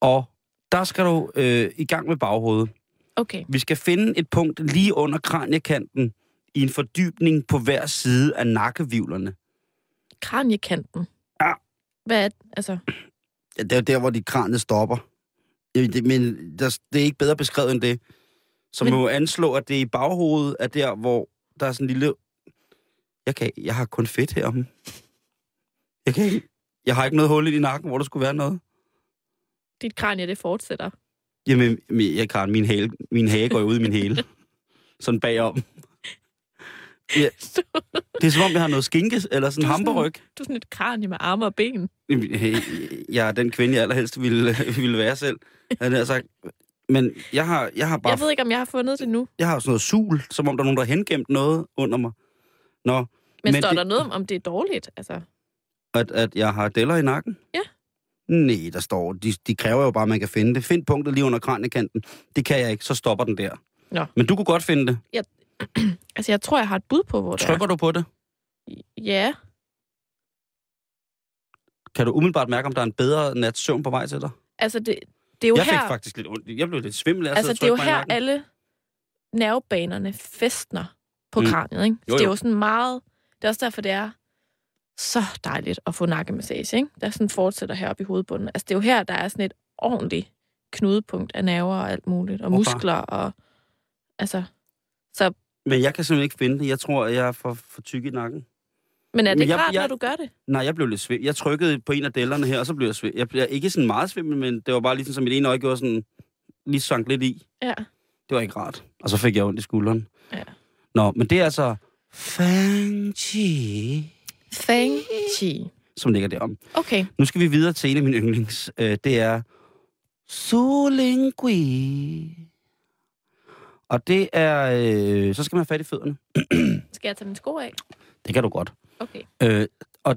Speaker 3: Og der skal du øh, i gang med baghovedet.
Speaker 2: Okay,
Speaker 3: Vi skal finde et punkt lige under kraniekanten i en fordybning på hver side af nakkevivlerne.
Speaker 2: kraniekanten.
Speaker 3: Ja.
Speaker 2: Hvad er det? Altså,
Speaker 3: Ja, Det er jo der, hvor dit kranie stopper. Ja, det- Men der, det er ikke bedre beskrevet end det. Så man
Speaker 2: Men-
Speaker 3: må anslå, at det i baghovedet er der, hvor der er sådan en lille... Jeg, kan, jeg har kun fedt herom. Jeg, kan ikke, jeg har ikke noget hul i din nakken, hvor der skulle være noget.
Speaker 2: dit kranie, det fortsætter.
Speaker 3: Jamen, men jeg kan, min hale, min hage går jo ud i min hæle. Sådan bagom.
Speaker 2: [LAUGHS]
Speaker 3: Ja,
Speaker 2: Så
Speaker 3: det er som om, jeg har noget skinke eller sådan en
Speaker 2: Du er sådan-
Speaker 3: hamperryg.
Speaker 2: du er sådan et kranie med arme og ben.
Speaker 3: Jamen, hey, Jeg er den kvinde, jeg allerhelst ville, [LAUGHS] ville være selv. Jeg havde sagt. Men jeg har, jeg har bare
Speaker 2: Jeg ved ikke, om jeg har fundet det nu.
Speaker 3: jeg har jo sådan noget sul, som om der er nogen, der har hengemt noget under mig. Nå,
Speaker 2: Men,
Speaker 3: Men
Speaker 2: men står det...
Speaker 3: det-
Speaker 2: der noget om, om det er dårligt? Altså,
Speaker 3: at, at jeg har deller i nakken?
Speaker 2: Ja.
Speaker 3: Nej, der står, de, de kræver jo bare, at man kan finde det. Find punktet lige under kraniekanten. Det kan jeg ikke, så stopper den der.
Speaker 2: Nå.
Speaker 3: Men du kunne godt finde det.
Speaker 2: altså, jeg tror, jeg har et bud på, hvor det
Speaker 3: Trykker du på det?
Speaker 2: er. Ja.
Speaker 3: Kan du umiddelbart mærke, om der er en bedre nats søvn på vej til dig?
Speaker 2: Altså, det, det er jo
Speaker 3: jeg
Speaker 2: her...
Speaker 3: fik faktisk lidt ondt. i- Jeg blev lidt svimmel af at
Speaker 2: altså, det
Speaker 3: sidde
Speaker 2: er jo
Speaker 3: og trykke mig i
Speaker 2: her,
Speaker 3: nakken.
Speaker 2: alle nervebanerne festner på
Speaker 3: Mm.
Speaker 2: mm. kraniet, ikke? Jo,
Speaker 3: Jo,
Speaker 2: jo. Det er
Speaker 3: jo.
Speaker 2: jo sådan meget... Det er også derfor, det er så dejligt at få nakkemassage, ikke? Der sådan fortsætter heroppe i hovedbunden. Altså, det er jo her, der er sådan et ordentligt knudepunkt af nerver og alt muligt, og
Speaker 3: Hvorfor?
Speaker 2: muskler og... Altså, så...
Speaker 3: Men jeg kan simpelthen ikke finde det. Jeg tror, at jeg er for, for tyk i nakken.
Speaker 2: Men er det
Speaker 3: Men jeg-
Speaker 2: klart,
Speaker 3: jeg-
Speaker 2: når du gør det?
Speaker 3: Nej, jeg blev lidt svimmel. Jeg trykkede på en af dællerne her, og så blev jeg svimmel. Jeg blev ikke sådan meget svimmel, men det var bare ligesom, som mit ene øje gjorde sådan... Lige sank lidt i.
Speaker 2: Ja.
Speaker 3: Det var ikke rart. Og så fik jeg ondt i skulderen.
Speaker 2: Ja.
Speaker 3: Nå, men det er altså Fancy,
Speaker 2: Fang Chi.
Speaker 3: som ligger derom.
Speaker 2: Okay.
Speaker 3: Nu skal vi videre til en af mine yndlings. Øh, det er Solingui. Og det er... Øh, så skal man have fat i fødderne.
Speaker 2: Skal jeg tage mine sko af?
Speaker 3: Det kan du godt.
Speaker 2: Okay.
Speaker 3: Øh, og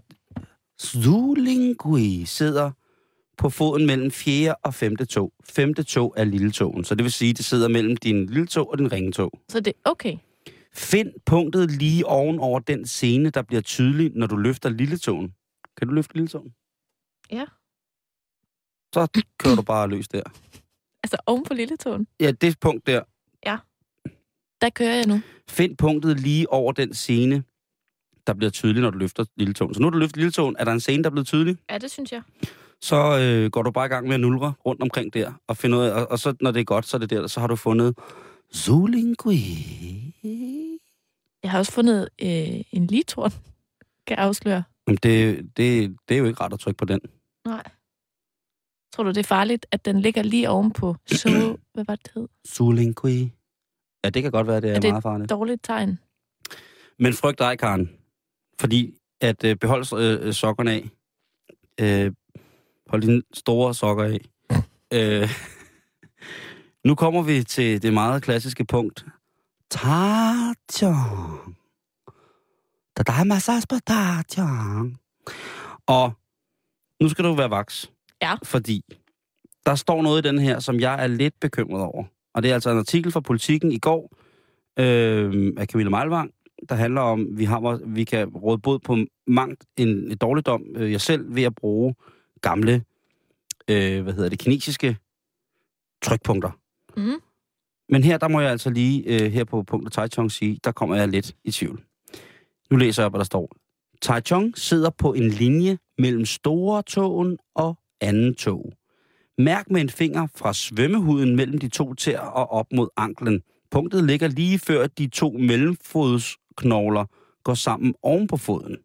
Speaker 3: Zulingui sidder på foden mellem fjerde og femte tog. Femte tog er lille tåen, så det vil sige, det sidder mellem din lille tog og din ringetog.
Speaker 2: Så det... Okay.
Speaker 3: Find punktet lige oven over den scene, der bliver tydelig, når du løfter lilletåen. Kan du løfte lilletåen?
Speaker 2: Ja.
Speaker 3: Så kører du bare løs der.
Speaker 2: Altså, oven på lilletåen.
Speaker 3: Ja, det punkt der.
Speaker 2: Der kører jeg nu.
Speaker 3: Find punktet lige over den scene, der bliver tydelig, når du løfter lilletåen. Så nu har du løftet lilletåen, er der en scene, der er blevet tydelig?
Speaker 2: Ja, det synes jeg.
Speaker 3: Så øh, går du bare i gang med at nulre rundt omkring der, og finde ud af, og, og så når det er godt, så er det der, så har du fundet Zulingui.
Speaker 2: Jeg har også fundet øh, en litorn, kan jeg afsløre.
Speaker 3: Jamen, det, det, det er jo ikke rart at trykke på den.
Speaker 2: Nej. Tror du, det er farligt, at den ligger lige oven på så...
Speaker 3: [CLEARS THROAT]
Speaker 2: hvad var det, det hed?
Speaker 3: Zulingui. Ja, det kan godt være, det er,
Speaker 2: Er
Speaker 3: er
Speaker 2: det-
Speaker 3: det... meget farligt.
Speaker 2: Dårligt tegn.
Speaker 3: Men frygt dig, Karen. Fordi at øh, behold øh, øh, sokkerne af. Øh, hold dine store sokker af. øh, [LAUGHS] nu kommer vi til det meget klassiske punkt. Tartjong. Da der er massage på tartjong. Og nu skal du være vaks.
Speaker 2: Ja.
Speaker 3: Fordi der står noget i den her, som jeg er lidt bekymret over. Og det er altså en artikel fra Politiken i går øh, af Camilla Malvang, der handler om, vi har vores- vi kan råde bod på mangt en dårligdom, øh, jeg selv, ved at bruge gamle, øh, hvad hedder det, kinesiske trykpunkter.
Speaker 2: Mhm.
Speaker 3: Men her, der må jeg altså lige, øh, her på punktet Taichung sige, der kommer jeg lidt i tvivl. Nu læser jeg, hvad der står. Taichung sidder på en linje mellem store togen og anden tog. Mærk med en finger fra svømmehuden mellem de to tæer og op mod anklen. Punktet ligger lige før de to mellemfodsknogler går sammen oven på foden.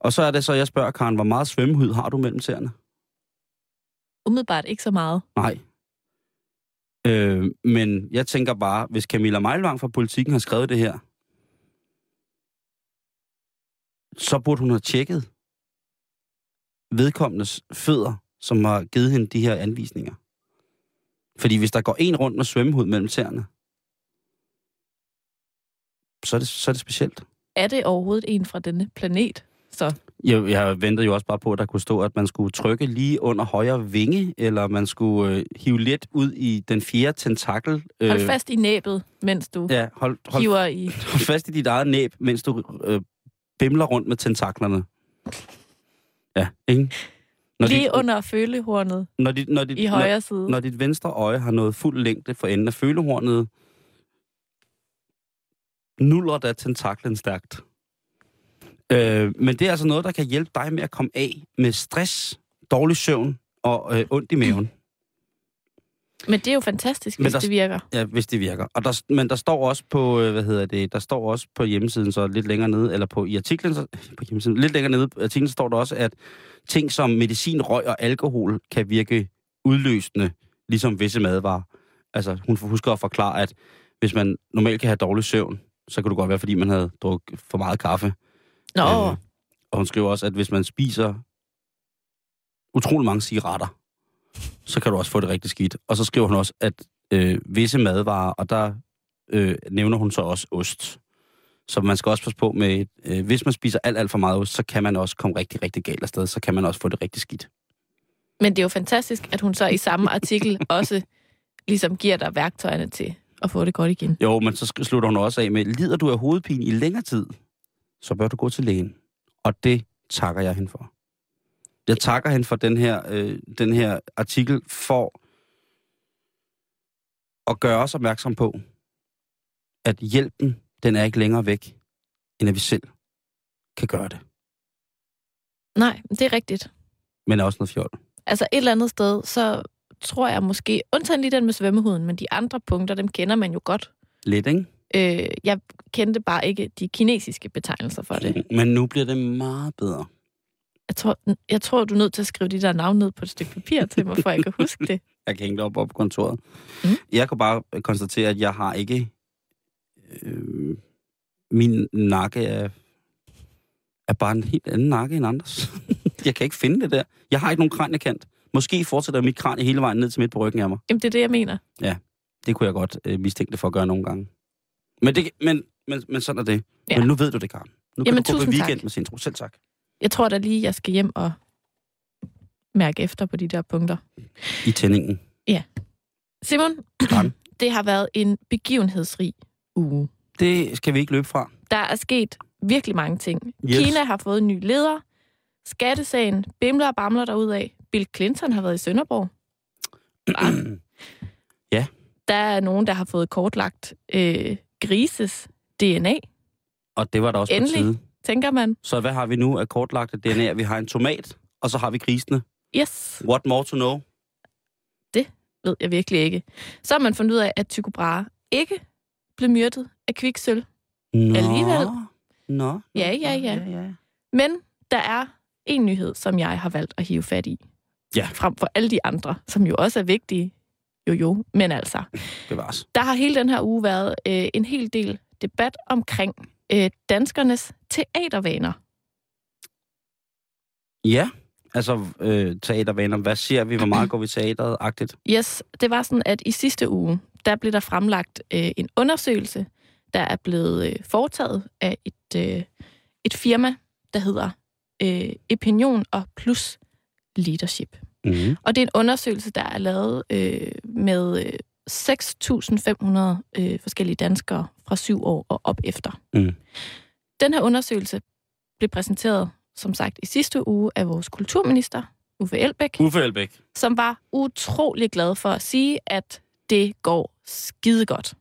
Speaker 3: Og så er det så, jeg spørger Karen, hvor meget svømmehud har du mellem tæerne?
Speaker 2: Umiddelbart ikke så meget.
Speaker 3: Nej. Øh, men jeg tænker bare, hvis Camilla Meilvang fra Politiken har skrevet det her, så burde hun have tjekket vedkommendes fødder, som har givet hende de her anvisninger. Fordi hvis der går en rundt med svømmehud mellem tæerne, så er det, så er det specielt.
Speaker 2: Er det overhovedet en fra denne planet? Så
Speaker 3: Jeg, jeg ventede jo også bare på, at der kunne stå, at man skulle trykke lige under højre vinge, eller man skulle øh, hive lidt ud i den fjerde tentakel. Øh,
Speaker 2: hold fast i næbet, mens du
Speaker 3: Ja, hold, hold,
Speaker 2: hiver i...
Speaker 3: [LAUGHS] hold fast i dit eget næb, mens du øh, bimler rundt med tentaklerne. Ja, ikke? Når,
Speaker 2: Lige
Speaker 3: dit,
Speaker 2: under følehornet
Speaker 3: når, dit, når, dit,
Speaker 2: i
Speaker 3: når,
Speaker 2: højre side.
Speaker 3: når dit venstre øje har nået fuld længde for enden af følehornet, nuller da tentaklen stærkt. Øh, men det er altså noget, der kan hjælpe dig med at komme af med stress, dårlig søvn og øh, ondt i maven.
Speaker 2: Men det er jo fantastisk,
Speaker 3: Men
Speaker 2: hvis
Speaker 3: der-
Speaker 2: det virker.
Speaker 3: Ja, hvis det virker. Og der, men der står også på, øh, hvad hedder det, der står også på hjemmesiden så lidt længere nede, eller på, i artiklen, så, på hjemmesiden, lidt længere nede på artiklen står der også, at ting som medicin, røg og alkohol kan virke udløsende, ligesom visse madvarer. Altså, hun husker at forklare, at hvis man normalt kan have dårlig søvn, så kan det godt være, fordi man havde drukket for meget kaffe.
Speaker 2: Nå,
Speaker 3: Øh, og hun skriver også, at hvis man spiser utrolig mange cigaretter, så kan du også få det rigtig skidt. Og så skriver hun også, at øh, visse madvarer, og der øh, nævner hun så også ost. Så man skal også passe på med, øh, hvis man spiser alt, alt for meget ost, så kan man også komme rigtig, rigtig galt afsted. Så kan man også få det rigtig skidt.
Speaker 2: men det er jo fantastisk, at hun så i samme
Speaker 3: [LAUGHS]
Speaker 2: artikel også ligesom giver dig værktøjerne til at få det godt igen.
Speaker 3: Jo, men så sk- slutter hun også af med, lider du af hovedpine i længere tid, så bør du gå til lægen. Og det takker jeg hende for. Jeg takker hende for den her, øh, den her artikel for at gøre os opmærksom på, at hjælpen, den er ikke længere væk, end at vi selv kan gøre det.
Speaker 2: Nej, det er rigtigt.
Speaker 3: Men er også noget fjol.
Speaker 2: Altså et eller andet sted, så tror jeg måske, undtagen lige den med svømmehuden, men de andre punkter, dem kender man jo godt.
Speaker 3: Lidt, ikke?
Speaker 2: Øh, jeg kendte bare ikke de kinesiske betegnelser for det.
Speaker 3: Men nu bliver det meget bedre.
Speaker 2: Jeg tror, jeg tror, du er nødt til at skrive de der navne ned på et stykke papir til mig, for jeg kan huske det.
Speaker 3: Jeg kan hænge det op, op på kontoret.
Speaker 2: Mm.
Speaker 3: Mm. Jeg kan bare konstatere, at jeg har ikke... Øh, min nakke er, er bare en helt anden nakke
Speaker 2: [LAUGHS]
Speaker 3: end andres. jeg kan ikke finde det der. Jeg har ikke nogen kranjekant. Måske fortsætter mit kranje hele vejen ned til midt på ryggen af mig.
Speaker 2: Jamen, det er det, jeg mener.
Speaker 3: Det kunne jeg godt øh, mistænke det for at gøre nogle gange. Men, det, men, men, men sådan er det.
Speaker 2: Ja.
Speaker 3: Ja. Men nu ved du det, Karen. Nu
Speaker 2: Jamen,
Speaker 3: kan du gå på
Speaker 2: tusind
Speaker 3: weekend
Speaker 2: tak.
Speaker 3: med Sintro. Selv tak.
Speaker 2: Jeg tror da lige, jeg skal hjem og mærke efter på de der punkter.
Speaker 3: I tændingen.
Speaker 2: Simon,
Speaker 3: Sådan.
Speaker 2: det har været en begivenhedsrig uge.
Speaker 3: Det skal vi ikke løbe fra.
Speaker 2: Der er sket virkelig mange ting.
Speaker 3: Yes.
Speaker 2: Kina har fået en ny leder. Skattesagen bimler og bamler derudad. Bill Clinton har været i Sønderborg. Bare.
Speaker 3: Ja.
Speaker 2: Der er nogen, der har fået kortlagt øh, grises DNA,
Speaker 3: [CLEARS THROAT] Og det var da også
Speaker 2: Endelig.
Speaker 3: på tide.
Speaker 2: tænker man.
Speaker 3: Så hvad har vi nu af kortlagte DNA? Vi har en tomat, og så har vi grisene.
Speaker 2: Yes,
Speaker 3: What more to know?
Speaker 2: ved jeg virkelig ikke. Så har man fundet ud af, at Tycho Brahe ikke blev myrdet af kviksøl.
Speaker 3: Nå.
Speaker 2: Alligevel.
Speaker 3: Nå.
Speaker 2: Ja, ja, ja.
Speaker 3: ja.
Speaker 2: Men der er en nyhed, som jeg har valgt at hive fat i.
Speaker 3: Ja.
Speaker 2: Frem for alle de andre, som jo også er vigtige. Jo jo, men altså.
Speaker 3: Det var os.
Speaker 2: Der har hele den her uge været øh, en hel del debat omkring øh, danskernes teatervaner.
Speaker 3: Ja, altså øh, teatervaner. Hvad ser vi? Hvor meget går vi i teateret? Agtigt.
Speaker 2: Yes, det var sådan, at i sidste uge, der blev der fremlagt øh, en undersøgelse, der er blevet øh, foretaget af et, øh, et firma, der hedder øh, Opinion og Plus Leadership.
Speaker 3: Mm.
Speaker 2: Og det er en undersøgelse, der er lavet øh, med øh, 6.500 øh, forskellige danskere fra syv år og op efter.
Speaker 3: Mm.
Speaker 2: Den her undersøgelse blev præsenteret, som sagt, i sidste uge af vores kulturminister, Uffe Elbæk,
Speaker 3: Uffe Elbæk.
Speaker 2: som var utrolig glad for at sige, at det går skide godt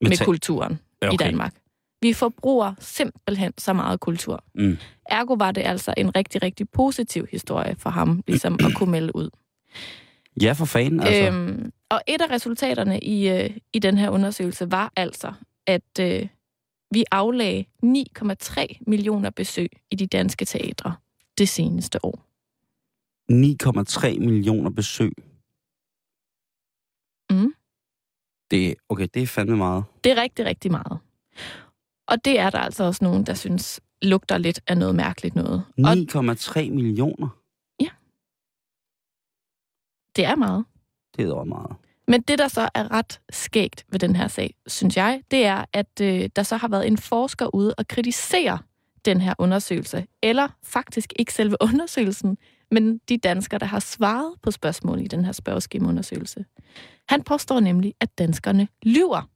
Speaker 2: med, med kulturen
Speaker 3: ja,
Speaker 2: okay. i Danmark. Vi forbruger simpelthen så meget kultur.
Speaker 3: Mm.
Speaker 2: Ergo var det altså en rigtig, rigtig positiv historie for ham, ligesom at kunne melde ud.
Speaker 3: Ja, for fanden, altså. Øhm.
Speaker 2: Øhm, og et af resultaterne i, øh, i den her undersøgelse var altså, at øh, vi aflagde 9,3 millioner besøg i de danske teatre det seneste år.
Speaker 3: 9,3 millioner besøg.
Speaker 2: Mm.
Speaker 3: Det, okay, det er fandme meget.
Speaker 2: Det er rigtig, rigtig meget. Og det er der altså også nogen, der synes lugter lidt af noget mærkeligt noget. Og
Speaker 3: 9,3 millioner.
Speaker 2: det er meget.
Speaker 3: Det er dog meget.
Speaker 2: Men det, der så er ret skægt ved den her sag, synes jeg, det er, at øh, der så har været en forsker ude og kritisere den her undersøgelse, eller faktisk ikke selve [LAUGHS] undersøgelsen, men de danskere, der har svaret på spørgsmål i den her spørgeskemaundersøgelse. Han påstår nemlig, at danskerne lyver,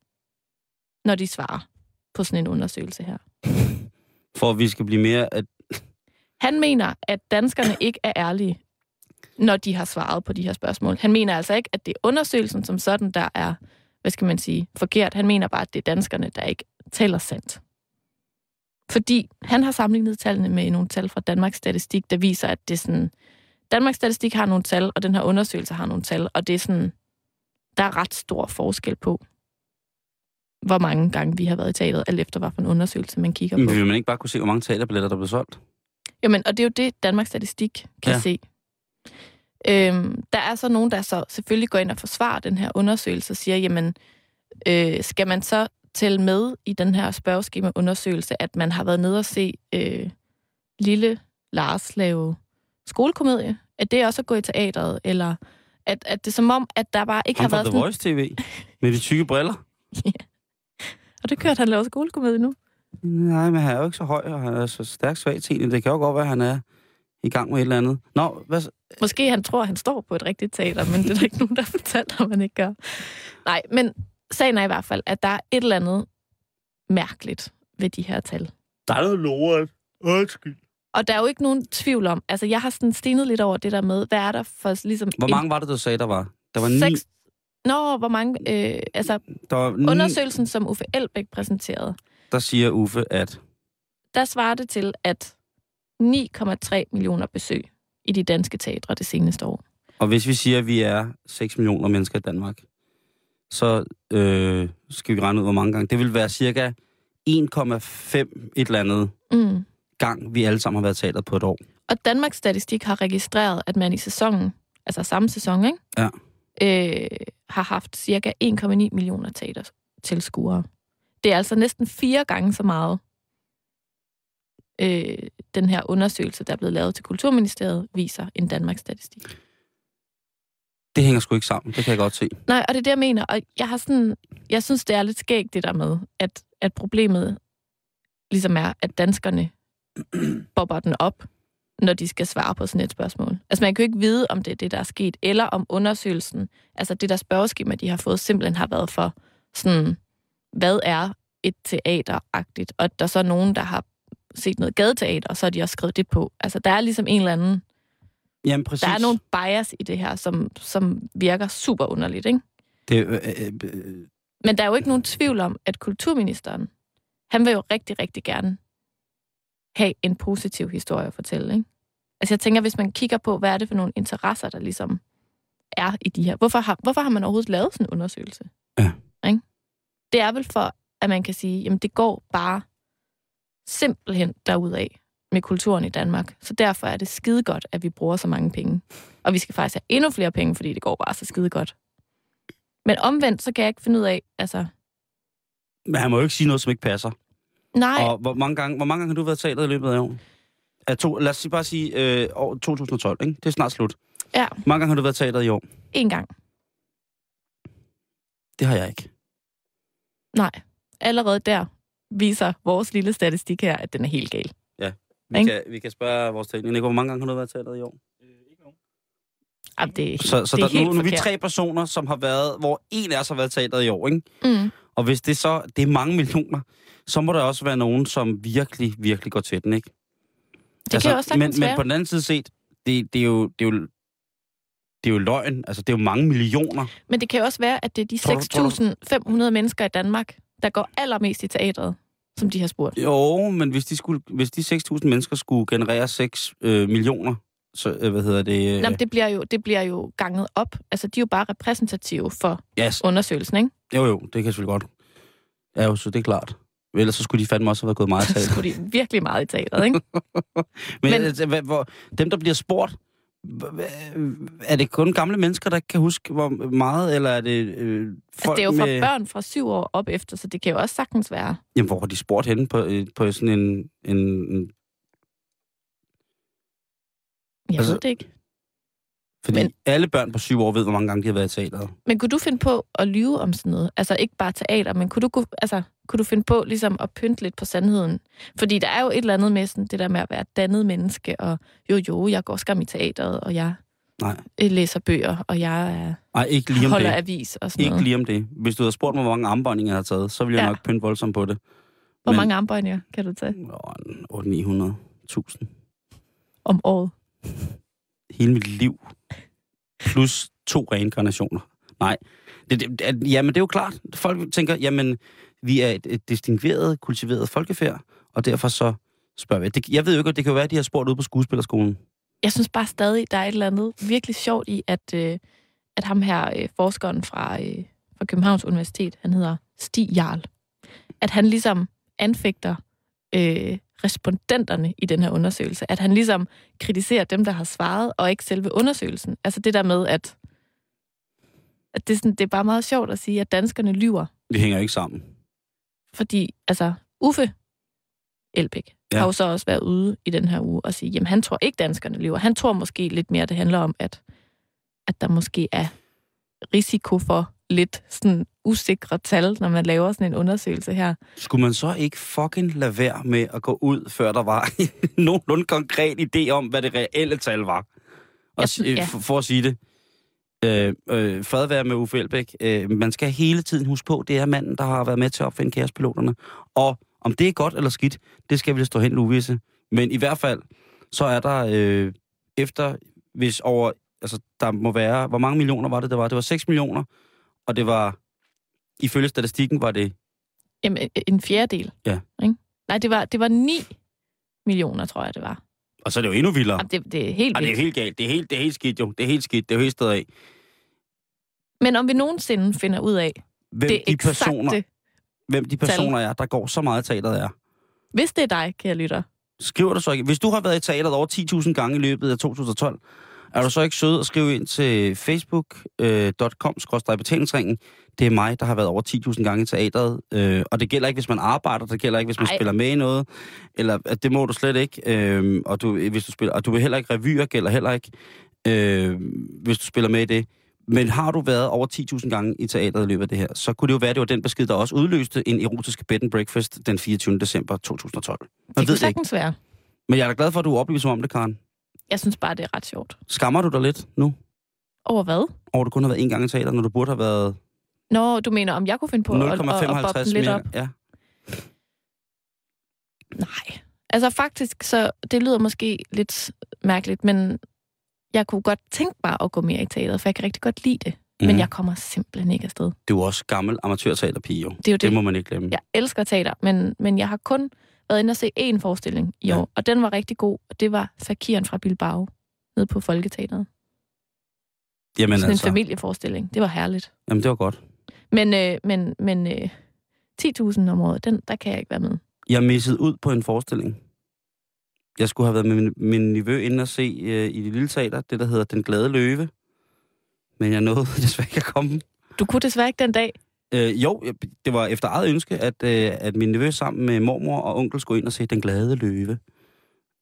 Speaker 2: når de svarer på sådan en undersøgelse her.
Speaker 3: For at vi skal blive mere... At,
Speaker 2: Han mener, at danskerne ikke er ærlige, når de har svaret på de her spørgsmål. Han mener altså ikke, at det er undersøgelsen som sådan, der er, hvad skal man sige, forkert. Han mener bare, at det er danskerne, der ikke taler sandt. Fordi han har sammenlignet tallene med nogle tal fra Danmarks Statistik, der viser, at det er sådan... Danmarks Statistik har nogle tal, og den her undersøgelse har nogle tal, og det er sådan... Der er ret stor forskel på, hvor mange gange vi har været i teateret, alt efter hvilken undersøgelse man kigger på.
Speaker 3: men vil man ikke bare kunne se, hvor mange teaterbilletter, der blev solgt?
Speaker 2: Jamen, og det er jo det, Danmarks Statistik kan
Speaker 3: Ja.
Speaker 2: ja. se. Øhm, der er så nogen, der så selvfølgelig går ind og forsvarer den her undersøgelse og siger, jamen, øh, skal man så tælle med i den her spørgeskemaundersøgelse, at man har været nede og se øh, Lille Lars lave skolekomedie? At det også at gå i teateret? Eller at, at det er som om, at der bare ikke
Speaker 3: Ham
Speaker 2: har
Speaker 3: fra
Speaker 2: været
Speaker 3: The
Speaker 2: sådan...
Speaker 3: Voice TV. Med de tykke briller.
Speaker 2: Og det kørte han laver skolekomedie nu.
Speaker 3: Nej, men han er jo ikke så høj, og han er så stærk svag til en. Det kan jo godt være, at han er i gang med et eller andet. Nå, hvad, så?
Speaker 2: Måske han tror, han står på et rigtigt teater, men det er der ikke nogen, der [LAUGHS] har fortalt ham, han ikke gør. Nej, men sagen er i hvert fald, at der er et eller andet mærkeligt ved de her tal.
Speaker 3: der er noget lort. Undskyld.
Speaker 2: Og der er jo ikke nogen tvivl om, altså jeg har sådan stenet lidt over det der med, hvad er der for ligesom...
Speaker 3: Hvor
Speaker 2: en-
Speaker 3: mange var det, du sagde, der var? Der var ni.
Speaker 2: Seks... Nå, hvor mange... Øh, altså,
Speaker 3: Der var ni,
Speaker 2: undersøgelsen, som Uffe Elbæk præsenterede,
Speaker 3: der siger Uffe, at...
Speaker 2: der svarer det til, at 9,3 millioner besøg i de danske teatre det seneste år.
Speaker 3: Og hvis vi siger, at vi er 6 millioner mennesker i Danmark, så øh, skal vi regne ud, hvor mange gange. Det vil være cirka 1,5 et eller andet
Speaker 2: Mm.
Speaker 3: gang, vi alle sammen har været i teateret på et år.
Speaker 2: Og Danmarks Statistik har registreret, at man i sæsonen, altså samme sæson, ikke?
Speaker 3: Ja.
Speaker 2: Øh, har haft cirka 1,9 millioner teater tilskuere. Det er altså næsten fire gange så meget, øh, den her undersøgelse, der er blevet lavet til Kulturministeriet, viser en Danmarks Statistik.
Speaker 3: Det hænger sgu ikke sammen, det kan jeg godt se.
Speaker 2: Nej, og det er det, jeg mener. Og jeg, har sådan, jeg synes, det er lidt skægt, det der med, at, at problemet ligesom er, at danskerne bobber den op, når de skal svare på sådan et spørgsmål. Altså, man kan jo ikke vide, om det er det, der er sket, eller om undersøgelsen, altså det der spørgeskema, de har fået, simpelthen har været for sådan, hvad er et teateragtigt, og at der så er nogen, der har set noget gadeteater, og så har de også skrevet det på. Altså, der er ligesom en eller anden
Speaker 3: Jamen præcis.
Speaker 2: der er nogle bias i det her, som, som virker super underligt, ikke?
Speaker 3: Det, øh, øh, øh,
Speaker 2: Men der er jo ikke nogen tvivl om, at kulturministeren, han vil jo rigtig, rigtig gerne have en positiv historie at fortælle, ikke? Altså jeg tænker, hvis man kigger på, hvad er det for nogle interesser, der ligesom er i de her. Hvorfor har, hvorfor har man overhovedet lavet sådan en undersøgelse?
Speaker 3: Ja.
Speaker 2: Ikke? Det er vel for, at man kan sige, jamen det går bare simpelthen derudad med kulturen i Danmark. Så derfor er det skide godt, at vi bruger så mange penge. Og vi skal faktisk have endnu flere penge, fordi det går bare så skide godt. Men omvendt, så kan jeg ikke finde ud af, altså...
Speaker 3: men han må jo ikke sige noget, som ikke passer.
Speaker 2: Nej,
Speaker 3: Og hvor mange gange, hvor mange gange har du været i teateret i løbet af år? Af to, lad os sige- bare sige øh, år 2012, ikke? Det er snart slut.
Speaker 2: Ja.
Speaker 3: Hvor mange gange har du været i teateret i år?
Speaker 2: en gang.
Speaker 3: Det har jeg ikke.
Speaker 2: Nej. Allerede der viser vores lille statistik her, at den er helt gal.
Speaker 3: Vi,
Speaker 2: Ikke?
Speaker 3: kan, vi kan spørge vores tekniker. Nico, Hvor mange gange har du været i teateret i år?
Speaker 2: Jamen, det er helt,
Speaker 3: Så, så
Speaker 2: det er
Speaker 3: der, nu,
Speaker 2: helt
Speaker 3: nu er vi
Speaker 2: forkert.
Speaker 3: tre personer, som har været, hvor en af os har været i teateret i år, ikke?
Speaker 2: Mm.
Speaker 3: Og hvis det så, det er mange millioner, så må der også være nogen, som virkelig, virkelig går til den, ikke?
Speaker 2: Det kan også
Speaker 3: Altså, men,
Speaker 2: sagtens
Speaker 3: men
Speaker 2: være.
Speaker 3: på den anden side set, det, det, er jo, det, er jo, det er jo løgn. Altså, det er jo mange millioner.
Speaker 2: Men det kan jo også være, at det er
Speaker 3: Tror du-
Speaker 2: de 6.500 mennesker i Danmark, der går allermest i teatret, som de har spurgt.
Speaker 3: Jo, men hvis de, skulle, hvis de 6.000 mennesker skulle generere 6 øh, millioner, Så, øh, hvad hedder det? øh,
Speaker 2: Nå, men det bliver, jo, det bliver jo ganget op. Altså, de er jo bare repræsentative for
Speaker 3: yes.
Speaker 2: undersøgelsen, ikke?
Speaker 3: Jo, jo, det kan jeg selvfølgelig godt. Ja, jo, så det er klart. Ellers så skulle de fandme også have været gået meget i
Speaker 2: Så [LAUGHS]
Speaker 3: teater.
Speaker 2: skulle de virkelig meget i teateret,
Speaker 3: [LAUGHS]
Speaker 2: ikke?
Speaker 3: Men,
Speaker 2: Men-
Speaker 3: Men... Altså, hvad, hvor, dem, der bliver spurgt, hva- hva- er det kun gamle mennesker, der ikke kan huske, hvor meget, eller er det øh,
Speaker 2: Altså,
Speaker 3: folk
Speaker 2: det er jo fra
Speaker 3: med...
Speaker 2: børn fra syv år op efter, så det kan jo også sagtens være.
Speaker 3: Jamen, hvor har de spurgt henne på, øh, på sådan en... en, en
Speaker 2: Jeg altså,
Speaker 3: Altså-
Speaker 2: ved det ikke.
Speaker 3: fordi
Speaker 2: Men-
Speaker 3: Men... alle børn på syv år ved, hvor mange gange de har været i teateret.
Speaker 2: Men kunne du finde på at lyve om sådan noget? Altså, ikke bare teater, men kunne du, gå- altså, kunne du finde på ligesom at pynte lidt på sandheden? Fordi der er jo et eller andet med sådan, det der med at være et dannet menneske, og jo, jo, jeg går skam i teateret, og jeg
Speaker 3: Nej.
Speaker 2: øh, læser bøger, og jeg øh,
Speaker 3: Nej, ikke lige om
Speaker 2: holder
Speaker 3: det.
Speaker 2: avis og sådan
Speaker 3: Ikke
Speaker 2: noget.
Speaker 3: lige om det. Hvis du havde spurgt mig, hvor mange armbånd jeg har taget, så ville jeg
Speaker 2: Ja.
Speaker 3: ja. nok pynte voldsomt på det.
Speaker 2: Hvor
Speaker 3: men-
Speaker 2: mange armbøjninger kan du tage
Speaker 3: Åh, 800-900.000.
Speaker 2: om året?
Speaker 3: hele mit liv. Plus to reinkarnationer. Nej. Det, det, at, jamen, det er jo klart. Folk tænker, jamen, vi er et, et distingueret, kultiveret folkefærd, og derfor så spørger vi. Det, jeg ved jo ikke, og det kan jo være, at de har spurgt ude på skuespillerskolen.
Speaker 2: Jeg synes bare stadig, der er et eller andet virkelig sjovt i, at, øh, at ham her, øh, forskeren fra, øh, fra Københavns Universitet, han hedder Stig Jarl, at han ligesom anfægter øh, respondenterne i den her undersøgelse. At han ligesom kritiserer dem, der har svaret, og ikke selve undersøgelsen. Altså det der med, at, at det, er sådan, det er bare meget sjovt at sige, at danskerne lyver.
Speaker 3: Det hænger jo ikke sammen.
Speaker 2: Fordi altså, Uffe Elbæk ja.
Speaker 3: Ja.
Speaker 2: har jo så også været ude i den her uge og sige, jamen han tror ikke, danskerne lever. Han tror måske lidt mere, det handler om, at, at der måske er risiko for lidt sådan usikre tal, når man laver sådan en undersøgelse her.
Speaker 3: Skulle man så ikke fucking lade være med at gå ud, før der var [LAUGHS] nogenlunde konkret idé om, hvad det reelle tal var? Og,
Speaker 2: Jeg
Speaker 3: s-
Speaker 2: synes- ja.
Speaker 3: øh, for, for at sige det. Øh, øh, fred være med Uffe Elbæk. Øh, man skal hele tiden huske på, det er manden, der har været med til at opfinde kaospiloterne. Og om det er godt eller skidt, det skal vi da stå hen i det uvisse. Men i hvert fald, så er der øh, efter, hvis over, altså der må være, hvor mange millioner var det, der var? Det var 6 millioner, og det var, ifølge statistikken var det
Speaker 2: Jamen, en fjerdedel.
Speaker 3: Ja.
Speaker 2: Ikke? Nej, det var, det var 9 millioner, tror jeg, det var.
Speaker 3: og så er det jo endnu vildere.
Speaker 2: Jamen, det, det er helt
Speaker 3: Ej, det er
Speaker 2: vildt.
Speaker 3: helt galt. Det er helt, det er helt skidt, jo. Det er helt skidt. Det er jo helt stedet af.
Speaker 2: Men om vi nogensinde finder ud af
Speaker 3: Hvem
Speaker 2: det
Speaker 3: de, personer,
Speaker 2: eksakte,
Speaker 3: hvem de personer er, der går så meget i teateret er.
Speaker 2: hvis det er dig, kære lytter,
Speaker 3: Skriver du så ikke... Hvis du har været i teateret over 10.000 gange i løbet af 2012, er du så ikke sød at skrive ind til facebook.com-betalingsringen. Det er mig, der har været over 10.000 gange i teateret. Øh, og det gælder ikke, hvis man arbejder. Det gælder ikke, hvis man
Speaker 2: Ej.
Speaker 3: Ej. spiller med i noget. Eller at det må du slet ikke. Øh, og, du, hvis du spiller, og du vil heller ikke revyer, gælder heller ikke, øh, hvis du spiller med i det. Men har du været over 10.000 gange i teateret i løbet af det her, så kunne det jo være, at det var den besked, der også udløste en erotisk bed and breakfast den 24. december 2012. Man
Speaker 2: det
Speaker 3: ved
Speaker 2: kunne
Speaker 3: det ikke.
Speaker 2: sagtens være.
Speaker 3: Men jeg er da glad for, at du oplyser mig om det, Karen.
Speaker 2: Jeg synes bare, det er ret sjovt.
Speaker 3: Skammer du dig lidt nu?
Speaker 2: Over hvad?
Speaker 3: Over at du kun har været én gang i teater, når du burde have været
Speaker 2: Nå, du mener, om jeg kunne finde på
Speaker 3: 0,55
Speaker 2: at, at, at boppe den lidt
Speaker 3: mere?
Speaker 2: op?
Speaker 3: Ja.
Speaker 2: Nej. Altså faktisk, så det lyder måske lidt mærkeligt, men jeg kunne godt tænke mig at gå mere i teateret, for jeg kan rigtig godt lide det. Mm.
Speaker 3: Mhm.
Speaker 2: Men jeg kommer simpelthen ikke afsted.
Speaker 3: Du er jo også gammel amatørteaterpige, jo. Det,
Speaker 2: Det er jo det.
Speaker 3: det må man ikke glemme.
Speaker 2: Jeg elsker teater, men, men jeg har kun været inde og se én forestilling i
Speaker 3: Ja.
Speaker 2: år, og den var rigtig god, og det var Fakiren fra Bilbao nede på Folketeateret.
Speaker 3: Jamen
Speaker 2: Sådan en
Speaker 3: altså,
Speaker 2: familieforestilling. Det var herligt.
Speaker 3: jamen, det var godt.
Speaker 2: Men, øh, men, men øh, 10.000 om året, den, der kan jeg ikke være med.
Speaker 3: Jeg missede ud på en forestilling. Jeg skulle have været med min, min nevø inde og se øh, i det lille teater, det der hedder Den Glade Løve. Men jeg nåede [LAUGHS] desværre ikke at komme.
Speaker 2: Du kunne desværre ikke den dag.
Speaker 3: Øh, jo, jeg- det var efter eget ønske, at, øh, at min nevø sammen med mormor og onkel skulle ind og se Den Glade Løve.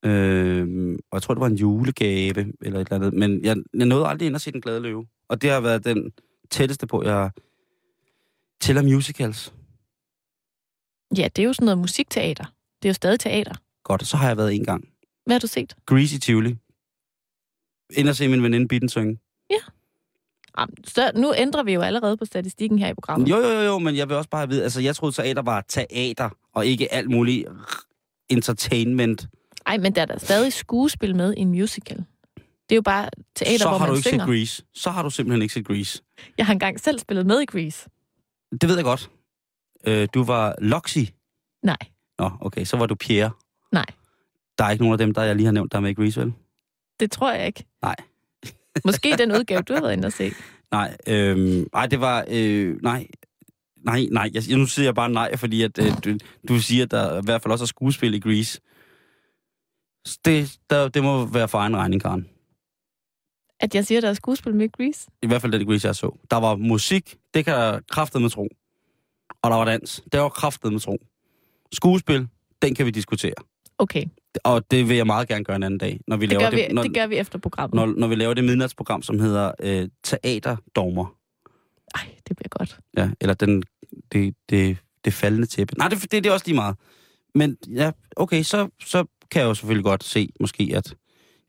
Speaker 3: Øh, og jeg tror, det var en julegave eller et eller andet. Men jeg, jeg nåede aldrig ind og se Den Glade Løve. Og det har været den tætteste på, jeg tæller musicals.
Speaker 2: Ja, det er jo sådan noget musikteater. Det er jo stadig teater.
Speaker 3: Godt, så har jeg været en gang.
Speaker 2: Hvad har du set?
Speaker 3: Greasy Tivoli. Ind og se min veninde Bitten synge.
Speaker 2: Jamen, Så nu ændrer vi jo allerede på statistikken her i programmet.
Speaker 3: Jo, jo, jo, jo, men jeg vil også bare vide, altså jeg troede teater var teater, og ikke alt muligt entertainment.
Speaker 2: Ej, men der er der stadig skuespil med i en musical. Det er jo bare teater,
Speaker 3: så
Speaker 2: hvor
Speaker 3: har
Speaker 2: man
Speaker 3: du ikke
Speaker 2: synger.
Speaker 3: set Grease. Så har du simpelthen ikke set Grease.
Speaker 2: Jeg har engang selv spillet med i Grease.
Speaker 3: Det ved jeg godt. Øh, du var Loxi.
Speaker 2: Nej.
Speaker 3: Nå, okay, så var du Pierre.
Speaker 2: Nej.
Speaker 3: Der er ikke nogen af dem, der jeg lige har nævnt, der er med i Grease, vel?
Speaker 2: Det tror jeg ikke.
Speaker 3: Nej.
Speaker 2: [LAUGHS] Måske den udgave, du har været inde og se.
Speaker 3: Nej, øhm, nej, det var... Øh, nej, nej, nej. Jeg, nu siger jeg bare nej, fordi at, øh, du, du siger, at der i hvert fald også er skuespil i Grease. Så Det, der, det må være for egen regning, Karen.
Speaker 2: At jeg siger, der er skuespil med Grease.
Speaker 3: I hvert fald det Grease, jeg så. Der var musik, det kan jeg kraftedeme tro. Og der var dans, det var kraftedeme tro. Skuespil, den kan vi diskutere.
Speaker 2: Okay,
Speaker 3: Og det vil jeg meget gerne gøre en anden dag, når vi,
Speaker 2: det
Speaker 3: laver,
Speaker 2: gør,
Speaker 3: det,
Speaker 2: vi,
Speaker 3: når,
Speaker 2: det gør vi efter programmet.
Speaker 3: når, når vi laver det midnatsprogram, som hedder øh, Teaterdogmer.
Speaker 2: Nej, det bliver godt.
Speaker 3: Ja, eller den, det, det, det faldende tæppe. Nej, det, det, det er også lige meget. Men ja, okay, så, så kan jeg jo selvfølgelig godt se, måske, at...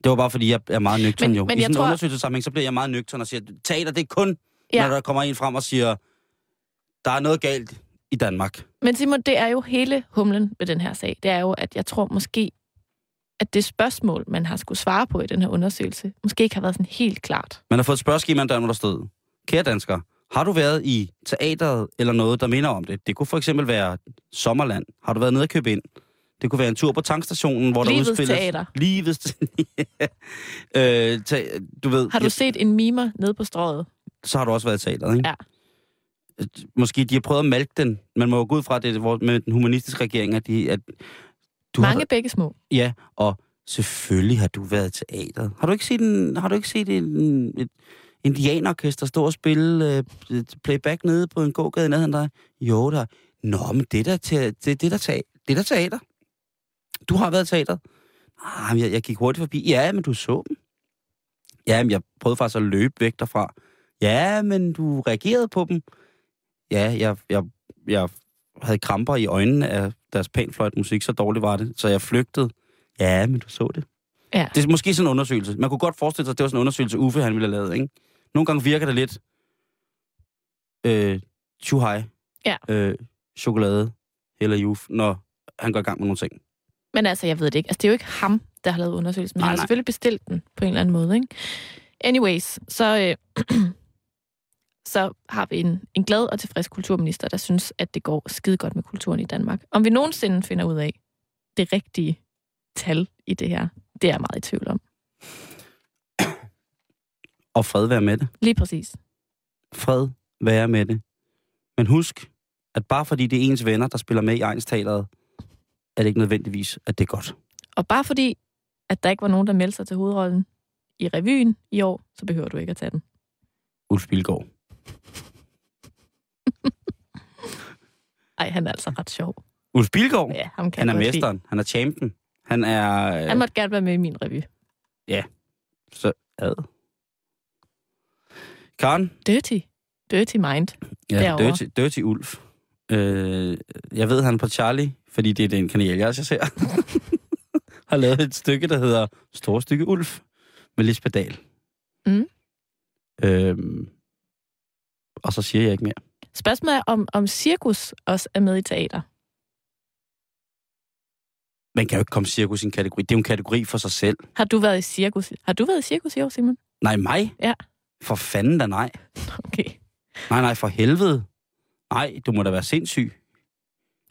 Speaker 3: Det var bare, fordi jeg er meget nøgtern
Speaker 2: Men-
Speaker 3: jo.
Speaker 2: men
Speaker 3: I
Speaker 2: jeg
Speaker 3: sådan en
Speaker 2: tror-
Speaker 3: undersøgelsessammenhæng, så bliver jeg meget nøgtern og siger, teater, det er kun, ja.
Speaker 2: Ja,
Speaker 3: når der kommer en frem og siger, der er noget galt i Danmark.
Speaker 2: men Simon, det er jo hele humlen ved den her sag. Det er jo, at jeg tror måske, at det spørgsmål, man har skulle svare på i den her undersøgelse, måske ikke har været sådan helt klart.
Speaker 3: Man har fået et spørgeskema, der hvor der stod, kære dansker, har du været i teateret eller noget, der minder om det? Det kunne for eksempel være Sommerland. Har du været nede og købe ind? Det kunne være en tur på tankstationen, hvor der
Speaker 2: Livets
Speaker 3: udspilles...
Speaker 2: teater.
Speaker 3: Livets... [LAUGHS] ja. øh, ta- du ved,
Speaker 2: Har du set en mimer nede på strået?
Speaker 3: så har du også været i teateret, ikke?
Speaker 2: Ja.
Speaker 3: Øh, Måske de har prøvet at malke den. Man må jo gå ud fra at det, er vores- med den humanistiske regering, at, de, at du
Speaker 2: Mange
Speaker 3: Har,
Speaker 2: begge små.
Speaker 3: ja, og selvfølgelig har du været i teateret. Har du ikke set en, har du ikke set en, et indianerorkester stå og spille øh, et playback nede på en gågade i nærheden af dig? Jo, der. Nå, men det der, te, det, det der, te, det der teater. Du har været i teateret. Ah, men jeg, jeg gik hurtigt forbi. Ja, men du så dem. Ja, men jeg prøvede faktisk at løbe væk derfra. Ja, men du reagerede på dem. Ja, jeg, jeg, jeg havde kramper i øjnene af deres panfløjtmusik, så dårligt var det. Så jeg flygtede. Ja, men du så det.
Speaker 2: Ja.
Speaker 3: Det er måske sådan en undersøgelse. Man kunne godt forestille sig, at det var sådan en undersøgelse, Uffe han ville have lavet, ikke? Nogle gange virker det lidt... Øh, chuhai.
Speaker 2: Ja.
Speaker 3: Øh, chokolade. Eller juf, når han går i gang med nogle ting.
Speaker 2: Men altså, jeg ved det ikke. Altså, det er jo ikke ham, der har lavet undersøgelsen, men
Speaker 3: Nej,
Speaker 2: han har
Speaker 3: nej.
Speaker 2: selvfølgelig bestilt den på en eller anden måde, ikke? Anyways, så, øh, [CLEARS THROAT] så har vi en, en glad og tilfreds kulturminister, der synes, at det går skide godt med kulturen i Danmark. Om vi nogensinde finder ud af det rigtige tal i det her, det er jeg meget i tvivl om.
Speaker 3: Og fred være med det.
Speaker 2: Lige præcis.
Speaker 3: Fred være med det. Men husk, at bare fordi det er ens venner, der spiller med i egensteateret, er det ikke nødvendigvis, at det er godt.
Speaker 2: Og bare fordi, at der ikke var nogen, der meldte sig til hovedrollen i revyen i år, så behøver du ikke at tage den.
Speaker 3: Ulf Bilgaard.
Speaker 2: Ej, han er altså ret sjov.
Speaker 3: Ulf Bilgaard?
Speaker 2: Ja, ham kan
Speaker 3: Oh. Han er
Speaker 2: jeg godt lide.
Speaker 3: mesteren. Han er champion. Han er... øh,
Speaker 2: Han måtte gerne være med i min revy.
Speaker 3: Så ad. Karen?
Speaker 2: Dirty. Dirty mind.
Speaker 3: Ja,
Speaker 2: Derovre.
Speaker 3: Dirty, Dirty Ulf. Øh, jeg ved, han er på Charlie, fordi det er den kanal, jeg også ser. [LAUGHS] har lavet et stykke, der hedder Store Stykke Ulf med Lisbeth Dahl.
Speaker 2: Mm.
Speaker 3: Øhm, og så siger jeg ikke mere.
Speaker 2: Spørgsmålet er, om, om cirkus også er med i teater.
Speaker 3: Man kan jo ikke komme cirkus i en kategori. Det er jo en kategori for sig selv.
Speaker 2: Har du været i cirkus? Har du været i cirkus i år, Simon? [LAUGHS]
Speaker 3: Nej, mig?
Speaker 2: Ja.
Speaker 3: For fanden da nej.
Speaker 2: Okay.
Speaker 3: Nej, nej, for helvede. Nej, du må da være sindssyg.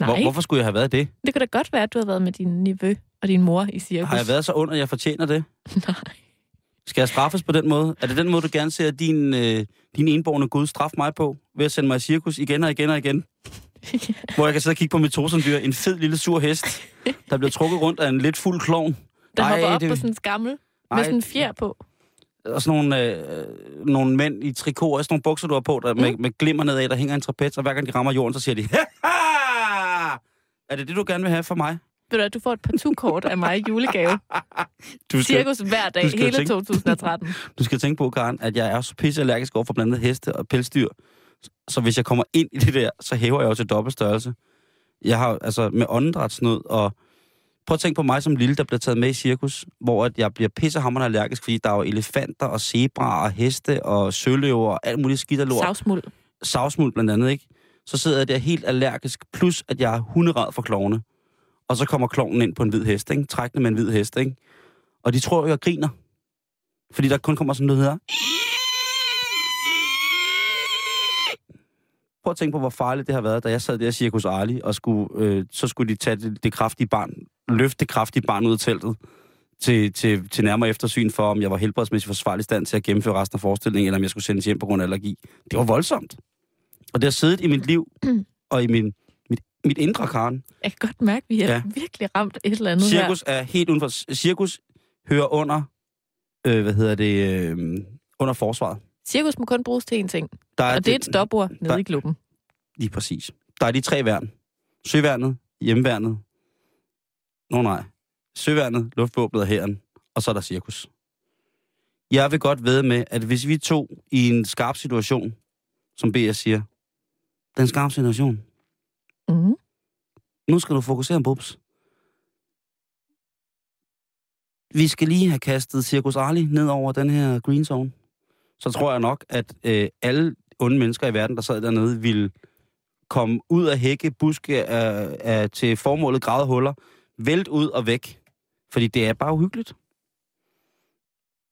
Speaker 2: Nej,
Speaker 3: Hvor, hvorfor skulle jeg have været det?
Speaker 2: det kunne da godt være, at du har været med din nevø og din mor i cirkus.
Speaker 3: Har jeg været så ond, at jeg fortjener det?
Speaker 2: [LAUGHS] Nej. [LAUGHS]
Speaker 3: Skal jeg straffes på den måde? Er det den måde, du gerne ser din, øh, din enborgne Gud straffe mig på? Ved at sende mig i cirkus igen og igen og igen? Hvor jeg kan sidde og kigge på mit torsendyr, en fed lille sur hest, der bliver trukket rundt af en lidt fuld klovn.
Speaker 2: Der
Speaker 3: Nej,
Speaker 2: hopper op
Speaker 3: det-
Speaker 2: på sådan en skammel med sådan en fjer på.
Speaker 3: Og sådan nogle, øh, øh, nogle mænd i trikot og sådan nogle bukser, du har på, der med,
Speaker 2: Mm.
Speaker 3: med glimmer nedad, der hænger en trapez, og hver gang de rammer jorden, så siger de, Haha! Er det det, du gerne vil have for mig?
Speaker 2: Ved du, hvad, du får et partout-kort af mig i julegave.
Speaker 3: Du skal,
Speaker 2: Cirkus hver dag,
Speaker 3: du skal jo
Speaker 2: hele
Speaker 3: tænke-
Speaker 2: 2013.
Speaker 3: du skal tænke på, Karen, at jeg er så pisse allergisk over for blandt andet heste og pelsdyr. Så hvis jeg kommer ind i det der, så hæver jeg jo til dobbelt størrelse. Jeg har jo, altså med åndedrætsnød og... Prøv at tænke på mig som lille, der bliver taget med i cirkus, hvor at jeg bliver pissehammerende allergisk, fordi der er jo elefanter og zebraer og heste og søløver og alt muligt skidt og [LAUGHS] lort.
Speaker 2: Savsmuld.
Speaker 3: savsmuld blandt andet, ikke? Så sidder jeg der helt allergisk, plus at jeg er hunderad for klovne. Og så kommer klovnen ind på en hvid hest, ikke? Trækkende med en hvid hest, ikke? Og de tror jo, jeg griner. Fordi der kun kommer sådan noget her. Prøv at tænke på, hvor farligt det har været, da jeg sad der i Cirkus Arli, og skulle, øh, så skulle de tage det, det kraftige barn, løfte det kraftige barn ud af teltet. til, til, til nærmere eftersyn for, om jeg var helbredsmæssigt forsvarlig stand til at gennemføre resten af forestillingen, eller om jeg skulle sendes hjem på grund af allergi. Det var voldsomt. Og det har siddet i mit liv
Speaker 2: Mm.
Speaker 3: og i min, mit, mit indre karn.
Speaker 2: Jeg kan godt mærke, at vi har
Speaker 3: Ja.
Speaker 2: ja. virkelig ramt et eller andet her.
Speaker 3: Cirkus er helt uden for... Cirkus hører under... Øh, hvad hedder det? Øh, under forsvaret.
Speaker 2: Cirkus må kun bruges til én ting,
Speaker 3: Der er
Speaker 2: og det er et stopord nede
Speaker 3: der-
Speaker 2: i klubben.
Speaker 3: Lige præcis. Der er de tre værn. Søværnet, hjemmeværnet. Nå nej. Søværnet, luftvåbnet og hæren. Og så er der cirkus. Jeg vil godt ved med, at hvis vi to i en skarp situation, som BS siger, den skarpe situation,
Speaker 2: Mm.
Speaker 3: nu skal du fokusere, Bubs. Vi skal lige have kastet Circus Arli ned over den her green zone. Så tror jeg nok, at øh, alle onde mennesker i verden, der sad dernede, ville komme ud af hække, buske øh, øh, til formålet græde huller, vælt ud og væk. Fordi det er bare uhyggeligt.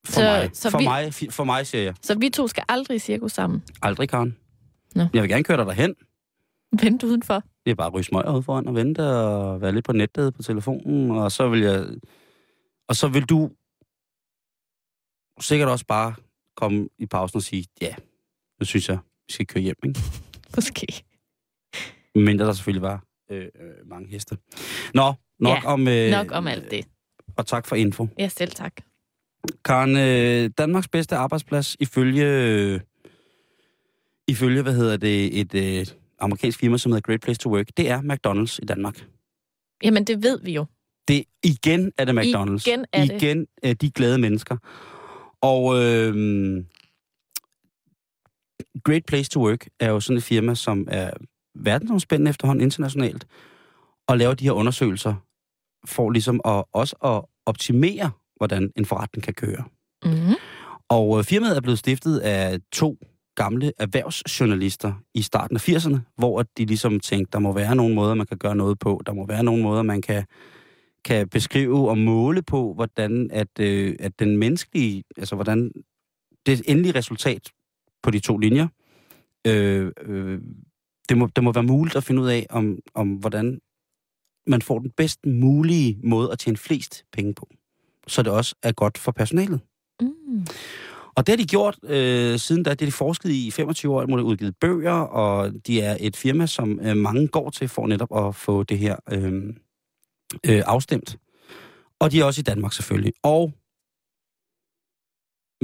Speaker 3: For,
Speaker 2: Så-
Speaker 3: mig.
Speaker 2: så
Speaker 3: for,
Speaker 2: vi-
Speaker 3: mig, fi- for mig, siger jeg.
Speaker 2: Så vi to skal aldrig i cirkus sammen.
Speaker 3: Aldrig, Karen.
Speaker 2: Nå.
Speaker 3: Jeg vil gerne køre dig derhen.
Speaker 2: Vent udenfor.
Speaker 3: Det er bare at ryge smøger ud foran og vente og være lidt på nettet på telefonen, og så vil jeg... Og så vil du sikkert også bare komme i pausen og sige, ja, nu synes jeg, vi skal køre hjem, ikke?
Speaker 2: Måske.
Speaker 3: Men der selvfølgelig var øh, øh, mange heste. Nå, nok,
Speaker 2: Ja,
Speaker 3: om, øh,
Speaker 2: Nok om alt det.
Speaker 3: Og tak for info.
Speaker 2: Ja, selv tak.
Speaker 3: Karen, øh, Danmarks bedste arbejdsplads ifølge, øh, ifølge, hvad hedder det, et øh, amerikansk firma, som hedder Great Place to Work, det er McDonald's i Danmark.
Speaker 2: Jamen, det ved vi jo.
Speaker 3: Det, igen er det McDonald's.
Speaker 2: Igen er det.
Speaker 3: igen er de glade mennesker. Og øh, Great Place to Work er jo sådan et firma, som er verdensomspændende efterhånden internationalt, og laver de her undersøgelser for ligesom at, også at optimere, hvordan en forretning kan køre.
Speaker 2: Mm.
Speaker 3: Og øh, firmaet er blevet stiftet af to gamle erhvervsjournalister i starten af 80'erne, hvor at de ligesom tænkte, der må være nogle måder, man kan gøre noget på. Der må være nogle måder, man kan, kan beskrive og måle på, hvordan at, øh, at den menneskelige, altså hvordan det endelige resultat på de to linjer, øh, øh, det, må, det må være muligt at finde ud af, om, om hvordan man får den bedst mulige måde at tjene flest penge på. Så det også er godt for personalet.
Speaker 2: Mm.
Speaker 3: Og det har de gjort øh, siden da. Det har de forsket i i 25 år, hvor de har udgivet bøger, og de er et firma, som øh, mange går til for netop at få det her øh, øh, afstemt. Og de er også i Danmark selvfølgelig. Og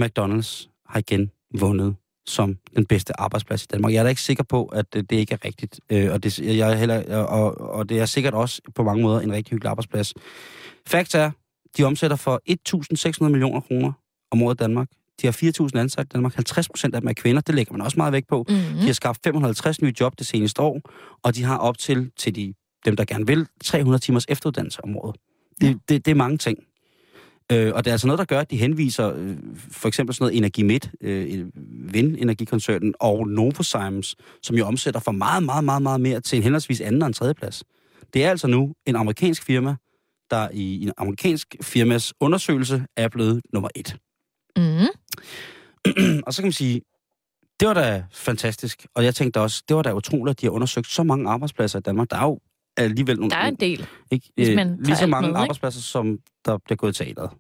Speaker 3: McDonald's har igen vundet som den bedste arbejdsplads i Danmark. Jeg er da ikke sikker på, at øh, det ikke er rigtigt. Øh, og, det, jeg er heller, og, og det er sikkert også på mange måder en rigtig hyggelig arbejdsplads. Fakt er, de omsætter for 1.600 millioner kroner om året i Danmark. De har 4.000 ansatte i Danmark. 50 procent af dem er kvinder. Det lægger man også meget vægt på. De
Speaker 2: Mm.
Speaker 3: har skabt 550 nye job det seneste år, og de har op til, til de, dem, der gerne vil, 300 timers efteruddannelse om året. Det, ja. det, det er mange ting. Øh, og det er altså noget, der gør, at de henviser øh, for eksempel sådan noget Energi Midt, øh, vindenergikoncernen, og Novozymes, som jo omsætter for meget, meget, meget, meget mere til en henholdsvis anden og en tredje plads. Det er altså nu en amerikansk firma, der i en amerikansk firmas undersøgelse er blevet nummer et.
Speaker 2: Mm.
Speaker 3: [CLEARS THROAT] og så kan man sige, det var da fantastisk. Og jeg tænkte også, det var da utroligt, at de har undersøgt så mange arbejdspladser i Danmark. Der er jo alligevel nogle...
Speaker 2: Der er en del.
Speaker 3: ikke,
Speaker 2: hvis
Speaker 3: øh,
Speaker 2: man tager
Speaker 3: lige så
Speaker 2: alt
Speaker 3: mange
Speaker 2: med, ikke?
Speaker 3: arbejdspladser, som der bliver gået i teateret.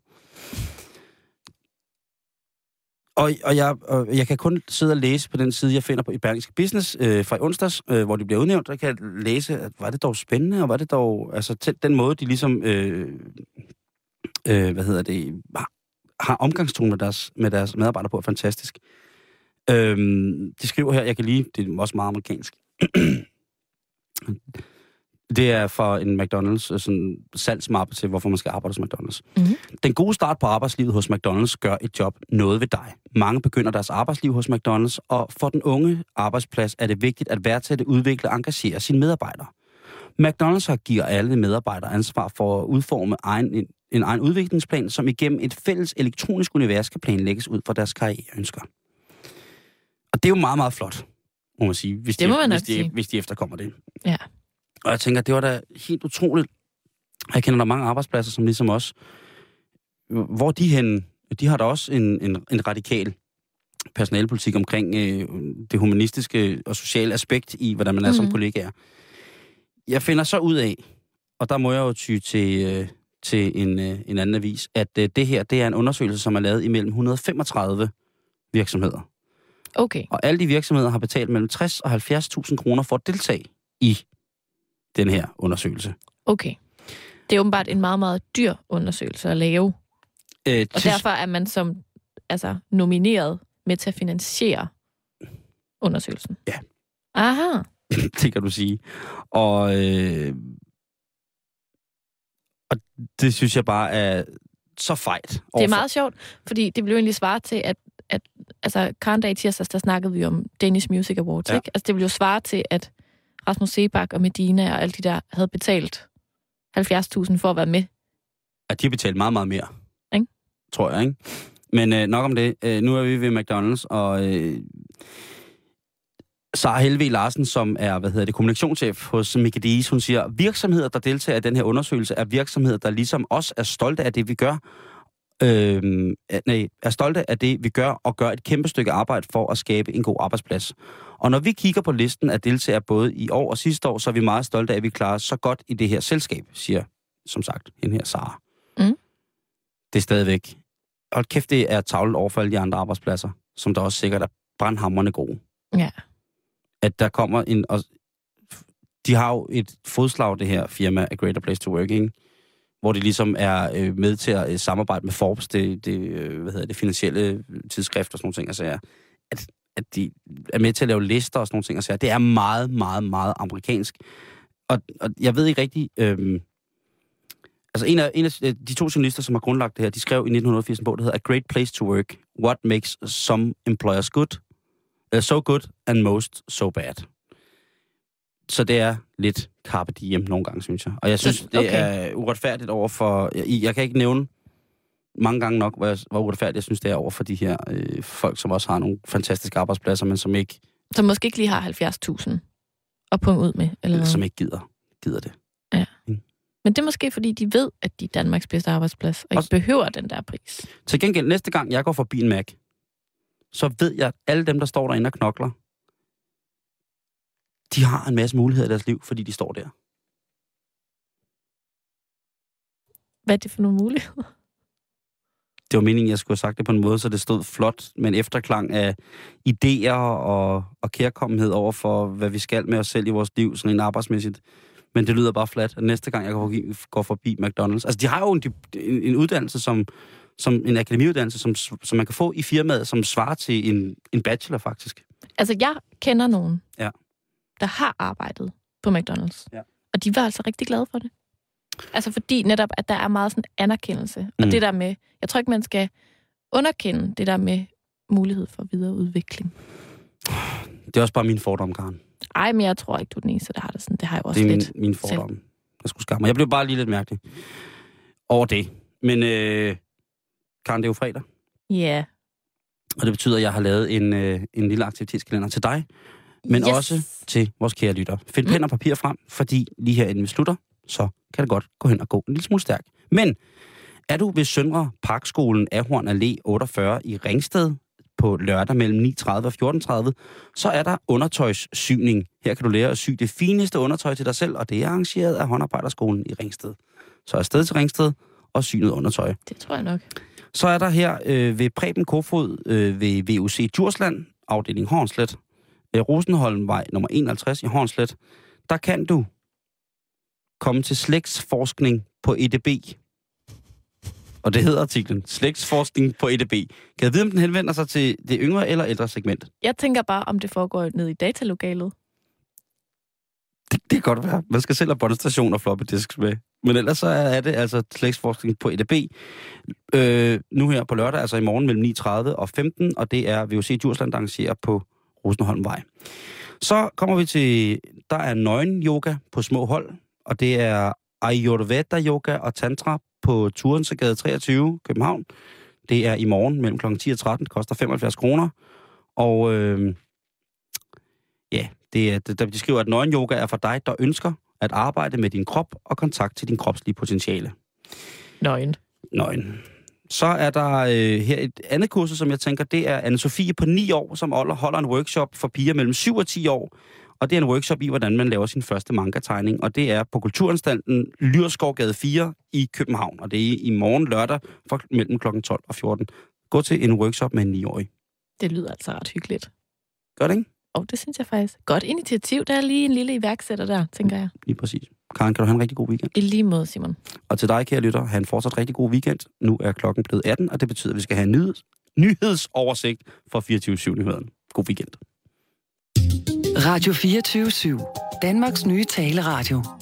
Speaker 3: Og, og, jeg, og jeg kan kun sidde og læse på den side, jeg finder på i Berlingske Business øh, fra i onsdags, øh, hvor de bliver udnævnt. Der kan jeg læse, at var det dog spændende, og var det dog... Altså, til, den måde, de ligesom... Øh, øh, hvad hedder det? Har, har omgangstone med deres, med deres medarbejdere på, er fantastisk. Øhm, de skriver her, jeg kan lige... Det er også meget amerikansk. Det er fra en McDonald's øh, sådan salgsmappe til, hvorfor man skal arbejde hos McDonald's.
Speaker 2: Mhm.
Speaker 3: Den gode start på arbejdslivet hos McDonald's gør et job noget ved dig. Mange begynder deres arbejdsliv hos McDonald's, og for den unge arbejdsplads er det vigtigt at værdsætte, udvikle og engagere sine medarbejdere. McDonald's har giver alle medarbejdere ansvar for at udforme egen, en, en egen udviklingsplan, som igennem et fælles elektronisk univers kan planlægges ud fra deres karriereønsker. Og det er jo meget, meget flot, må man sige, hvis,
Speaker 2: Det
Speaker 3: de,
Speaker 2: må man
Speaker 3: hvis,
Speaker 2: nok
Speaker 3: de,
Speaker 2: sige.
Speaker 3: hvis de efterkommer det.
Speaker 2: Ja.
Speaker 3: Og jeg tænker, det var da helt utroligt. Og Jeg kender der mange arbejdspladser, som ligesom os. Hvor er de henne? De har da også en, en, en radikal personalepolitik omkring øh, det humanistiske og sociale aspekt i, hvordan man er mm. som
Speaker 2: Mhm.
Speaker 3: kollegaer. Jeg finder så ud af, og der må jeg jo ty til, øh, til en, øh, en anden avis, at øh, det her det er en undersøgelse, som er lavet imellem 135 virksomheder.
Speaker 2: Okay.
Speaker 3: Og alle de virksomheder har betalt mellem 60 og 70.000 kroner for at deltage i den her undersøgelse. Øh,
Speaker 2: Okay. Det er åbenbart en meget, meget dyr undersøgelse at lave,
Speaker 3: Øh,
Speaker 2: og
Speaker 3: til-
Speaker 2: derfor er man som altså, nomineret med til at finansiere undersøgelsen.
Speaker 3: Ja.
Speaker 2: Aha.
Speaker 3: det kan du sige. Og, øh, og det synes jeg bare er så fejt.
Speaker 2: Det er
Speaker 3: overfor-
Speaker 2: meget sjovt, fordi det blev egentlig svaret til, at, at altså, Karen Dag i tirsdags, der snakkede vi om Danish Music Awards,
Speaker 3: Ja.
Speaker 2: ja. ikke? Altså, det blev jo svaret til, at Rasmus Sebak og Medina og alle de der havde betalt 70.000 for at være med.
Speaker 3: at de har betalt meget, meget mere.
Speaker 2: Ikke?
Speaker 3: Tror jeg, ikke? Men øh, nok om det. Øh, nu er vi ved McDonald's, og øh, Sara Helve Larsen, som er, hvad hedder det, kommunikationschef hos Mikadis, hun siger, virksomheder, der deltager i den her undersøgelse, er virksomheder, der ligesom os er stolte af det, vi gør. Øh, nej, er stolte af det, vi gør, og gør et kæmpe stykke arbejde for at skabe en god arbejdsplads. Og når vi kigger på listen af deltagere både i år og sidste år, så er vi meget stolte af, at vi klarer os så godt i det her selskab, siger som sagt, hende her Sara det er stadigvæk... Hold kæft, det er tavlet over for alle de andre arbejdspladser, som der også sikkert er brandhammerne gode.
Speaker 2: Ja.
Speaker 3: At der kommer en... Og, de har jo et fodslag, det her firma, A Greater Place to Work, ikke? hvor de ligesom er øh, med til at øh, samarbejde med Forbes, det, det, øh, hvad hedder det finansielle øh, tidsskrift og sådan nogle ting, altså, at, at de er med til at lave lister og sådan nogle ting. Altså, det er meget, meget, meget amerikansk. Og, og jeg ved ikke rigtig... Øh, Altså en af, en af øh, de to journalister, som har grundlagt det her, de skrev i 1980 en bog, der hedder A Great Place to Work. What makes some employers good, uh, so good and most so bad. Så det er lidt carpe diem nogle gange, synes jeg. Og jeg synes,
Speaker 2: Så-
Speaker 3: det
Speaker 2: okay.
Speaker 3: er uretfærdigt over for... Jeg, jeg kan ikke nævne mange gange nok, hvor, jeg, hvor uretfærdigt jeg synes, det er over for de her øh, folk, som også har nogle fantastiske arbejdspladser, men som ikke,
Speaker 2: Som måske ikke lige har 70.000 at punge ud med. Eller
Speaker 3: mm.
Speaker 2: noget.
Speaker 3: som ikke gider, gider det.
Speaker 2: Men det er måske, fordi de ved, at de er Danmarks bedste arbejdsplads, og ikke
Speaker 3: Også-
Speaker 2: behøver den der pris.
Speaker 3: Til gengæld, næste gang jeg går forbi en Mac, så ved jeg, at alle dem, der står derinde og knokler, de har en masse muligheder i deres liv, fordi de står der.
Speaker 2: Hvad er det for nogle muligheder? [LAUGHS]
Speaker 3: Det var meningen, jeg skulle have sagt det på en måde, så det stod flot, men efterklang af idéer og, og kærkommenhed over for, hvad vi skal med os selv i vores liv, sådan en arbejdsmæssigt. Men det lyder bare flat, at næste gang jeg går forbi, går forbi McDonald's. Altså, de har jo en, dip- en, en uddannelse, som, som en akademiuddannelse, som, som man kan få i firmaet, som svarer til en, en bachelor, faktisk.
Speaker 2: Altså, jeg kender nogen,
Speaker 3: Ja.
Speaker 2: der har arbejdet på McDonald's,
Speaker 3: Ja.
Speaker 2: og de var altså rigtig glade for det. Altså, fordi netop, at der er meget sådan anerkendelse, og
Speaker 3: Mm.
Speaker 2: det der med, jeg tror ikke, man skal underkende det der med mulighed for videreudvikling.
Speaker 3: Det er også bare min fordom, Karen.
Speaker 2: Ej, men jeg tror ikke, du er den eneste, der har det sådan. Det har jeg jo også
Speaker 3: Det er min,
Speaker 2: lidt.
Speaker 3: min fordomme. Jeg skulle skamme mig. Jeg blev bare lige lidt mærkelig over det. Men øh, Karen, det er jo fredag,
Speaker 2: Ja.
Speaker 3: og det betyder, at jeg har lavet en, øh, en lille aktivitetskalender til dig, men yes. også til vores kære lytter. Find mm. pen og papir frem, fordi lige her inden vi slutter, så kan det godt gå hen og gå en lille smule stærkt. Men er du ved Søndre Parkskolen Ahorn Allé 48 i Ringsted på lørdag mellem 9.30 og 14.30, så er der undertøjssyning. Her kan du lære at sy det fineste undertøj til dig selv, og det er arrangeret af håndarbejderskolen i Ringsted. Så afsted til Ringsted og sy noget undertøj.
Speaker 2: Det tror jeg nok.
Speaker 3: Så er der her øh, ved Preben Kofod øh, ved VUC Djursland, afdeling Hornslet, øh, Rosenholmvej nummer 51 i Hornslet, der kan du komme til slægtsforskning på EDB. Og det hedder artiklen, slægtsforskning på EDB. Kan jeg vide, om den henvender sig til det yngre eller ældre segment?
Speaker 2: Jeg tænker bare, om det foregår ned i datalokalet.
Speaker 3: Det, det kan godt være. Man skal selv have båndstation og floppy disks med. Men ellers så er det altså slægtsforskning på EDB. Øh, nu her på lørdag, altså i morgen mellem 9.30 og 15, og det er VUC Djursland, der arrangerer på Rosenholmvej. Så kommer vi til, der er nøgen yoga på små hold, og det er Ayurveda yoga og tantra på Turensegade 23, København. Det er i morgen mellem kl. 10 og 13, det koster 75 kroner. Og øh, Ja, det er, der, de skriver, at nøgen yoga er for dig, der ønsker at arbejde med din krop og kontakt til din kropslige potentiale.
Speaker 2: Nøgen.
Speaker 3: Nøgen. Så er der øh, her et andet kursus, som jeg tænker, det er Anne-Sophie på 9 år, som holder holder en workshop for piger mellem 7 og 10 år Og det er en workshop i, hvordan man laver sin første manga-tegning. Og det er på Kulturanstalten Lyrskovgade 4 i København. Og det er i morgen lørdag fra mellem kl. 12 og 14. Gå til en workshop med en 9-årig.
Speaker 2: Det lyder altså ret hyggeligt.
Speaker 3: Gør det, ikke?
Speaker 2: Og det synes jeg faktisk. Godt initiativ. Der er lige en lille iværksætter der, tænker jeg.
Speaker 3: Lige præcis. Karen, kan du have en rigtig god weekend?
Speaker 2: I lige måde, Simon.
Speaker 3: Og til dig, kære lytter, have en fortsat rigtig god weekend. Nu er klokken blevet 18, og det betyder, at vi skal have en nyheds- nyhedsoversigt fra 24-7-nyhederne. God weekend.
Speaker 4: Radio 24 7. Danmarks nye taleradio.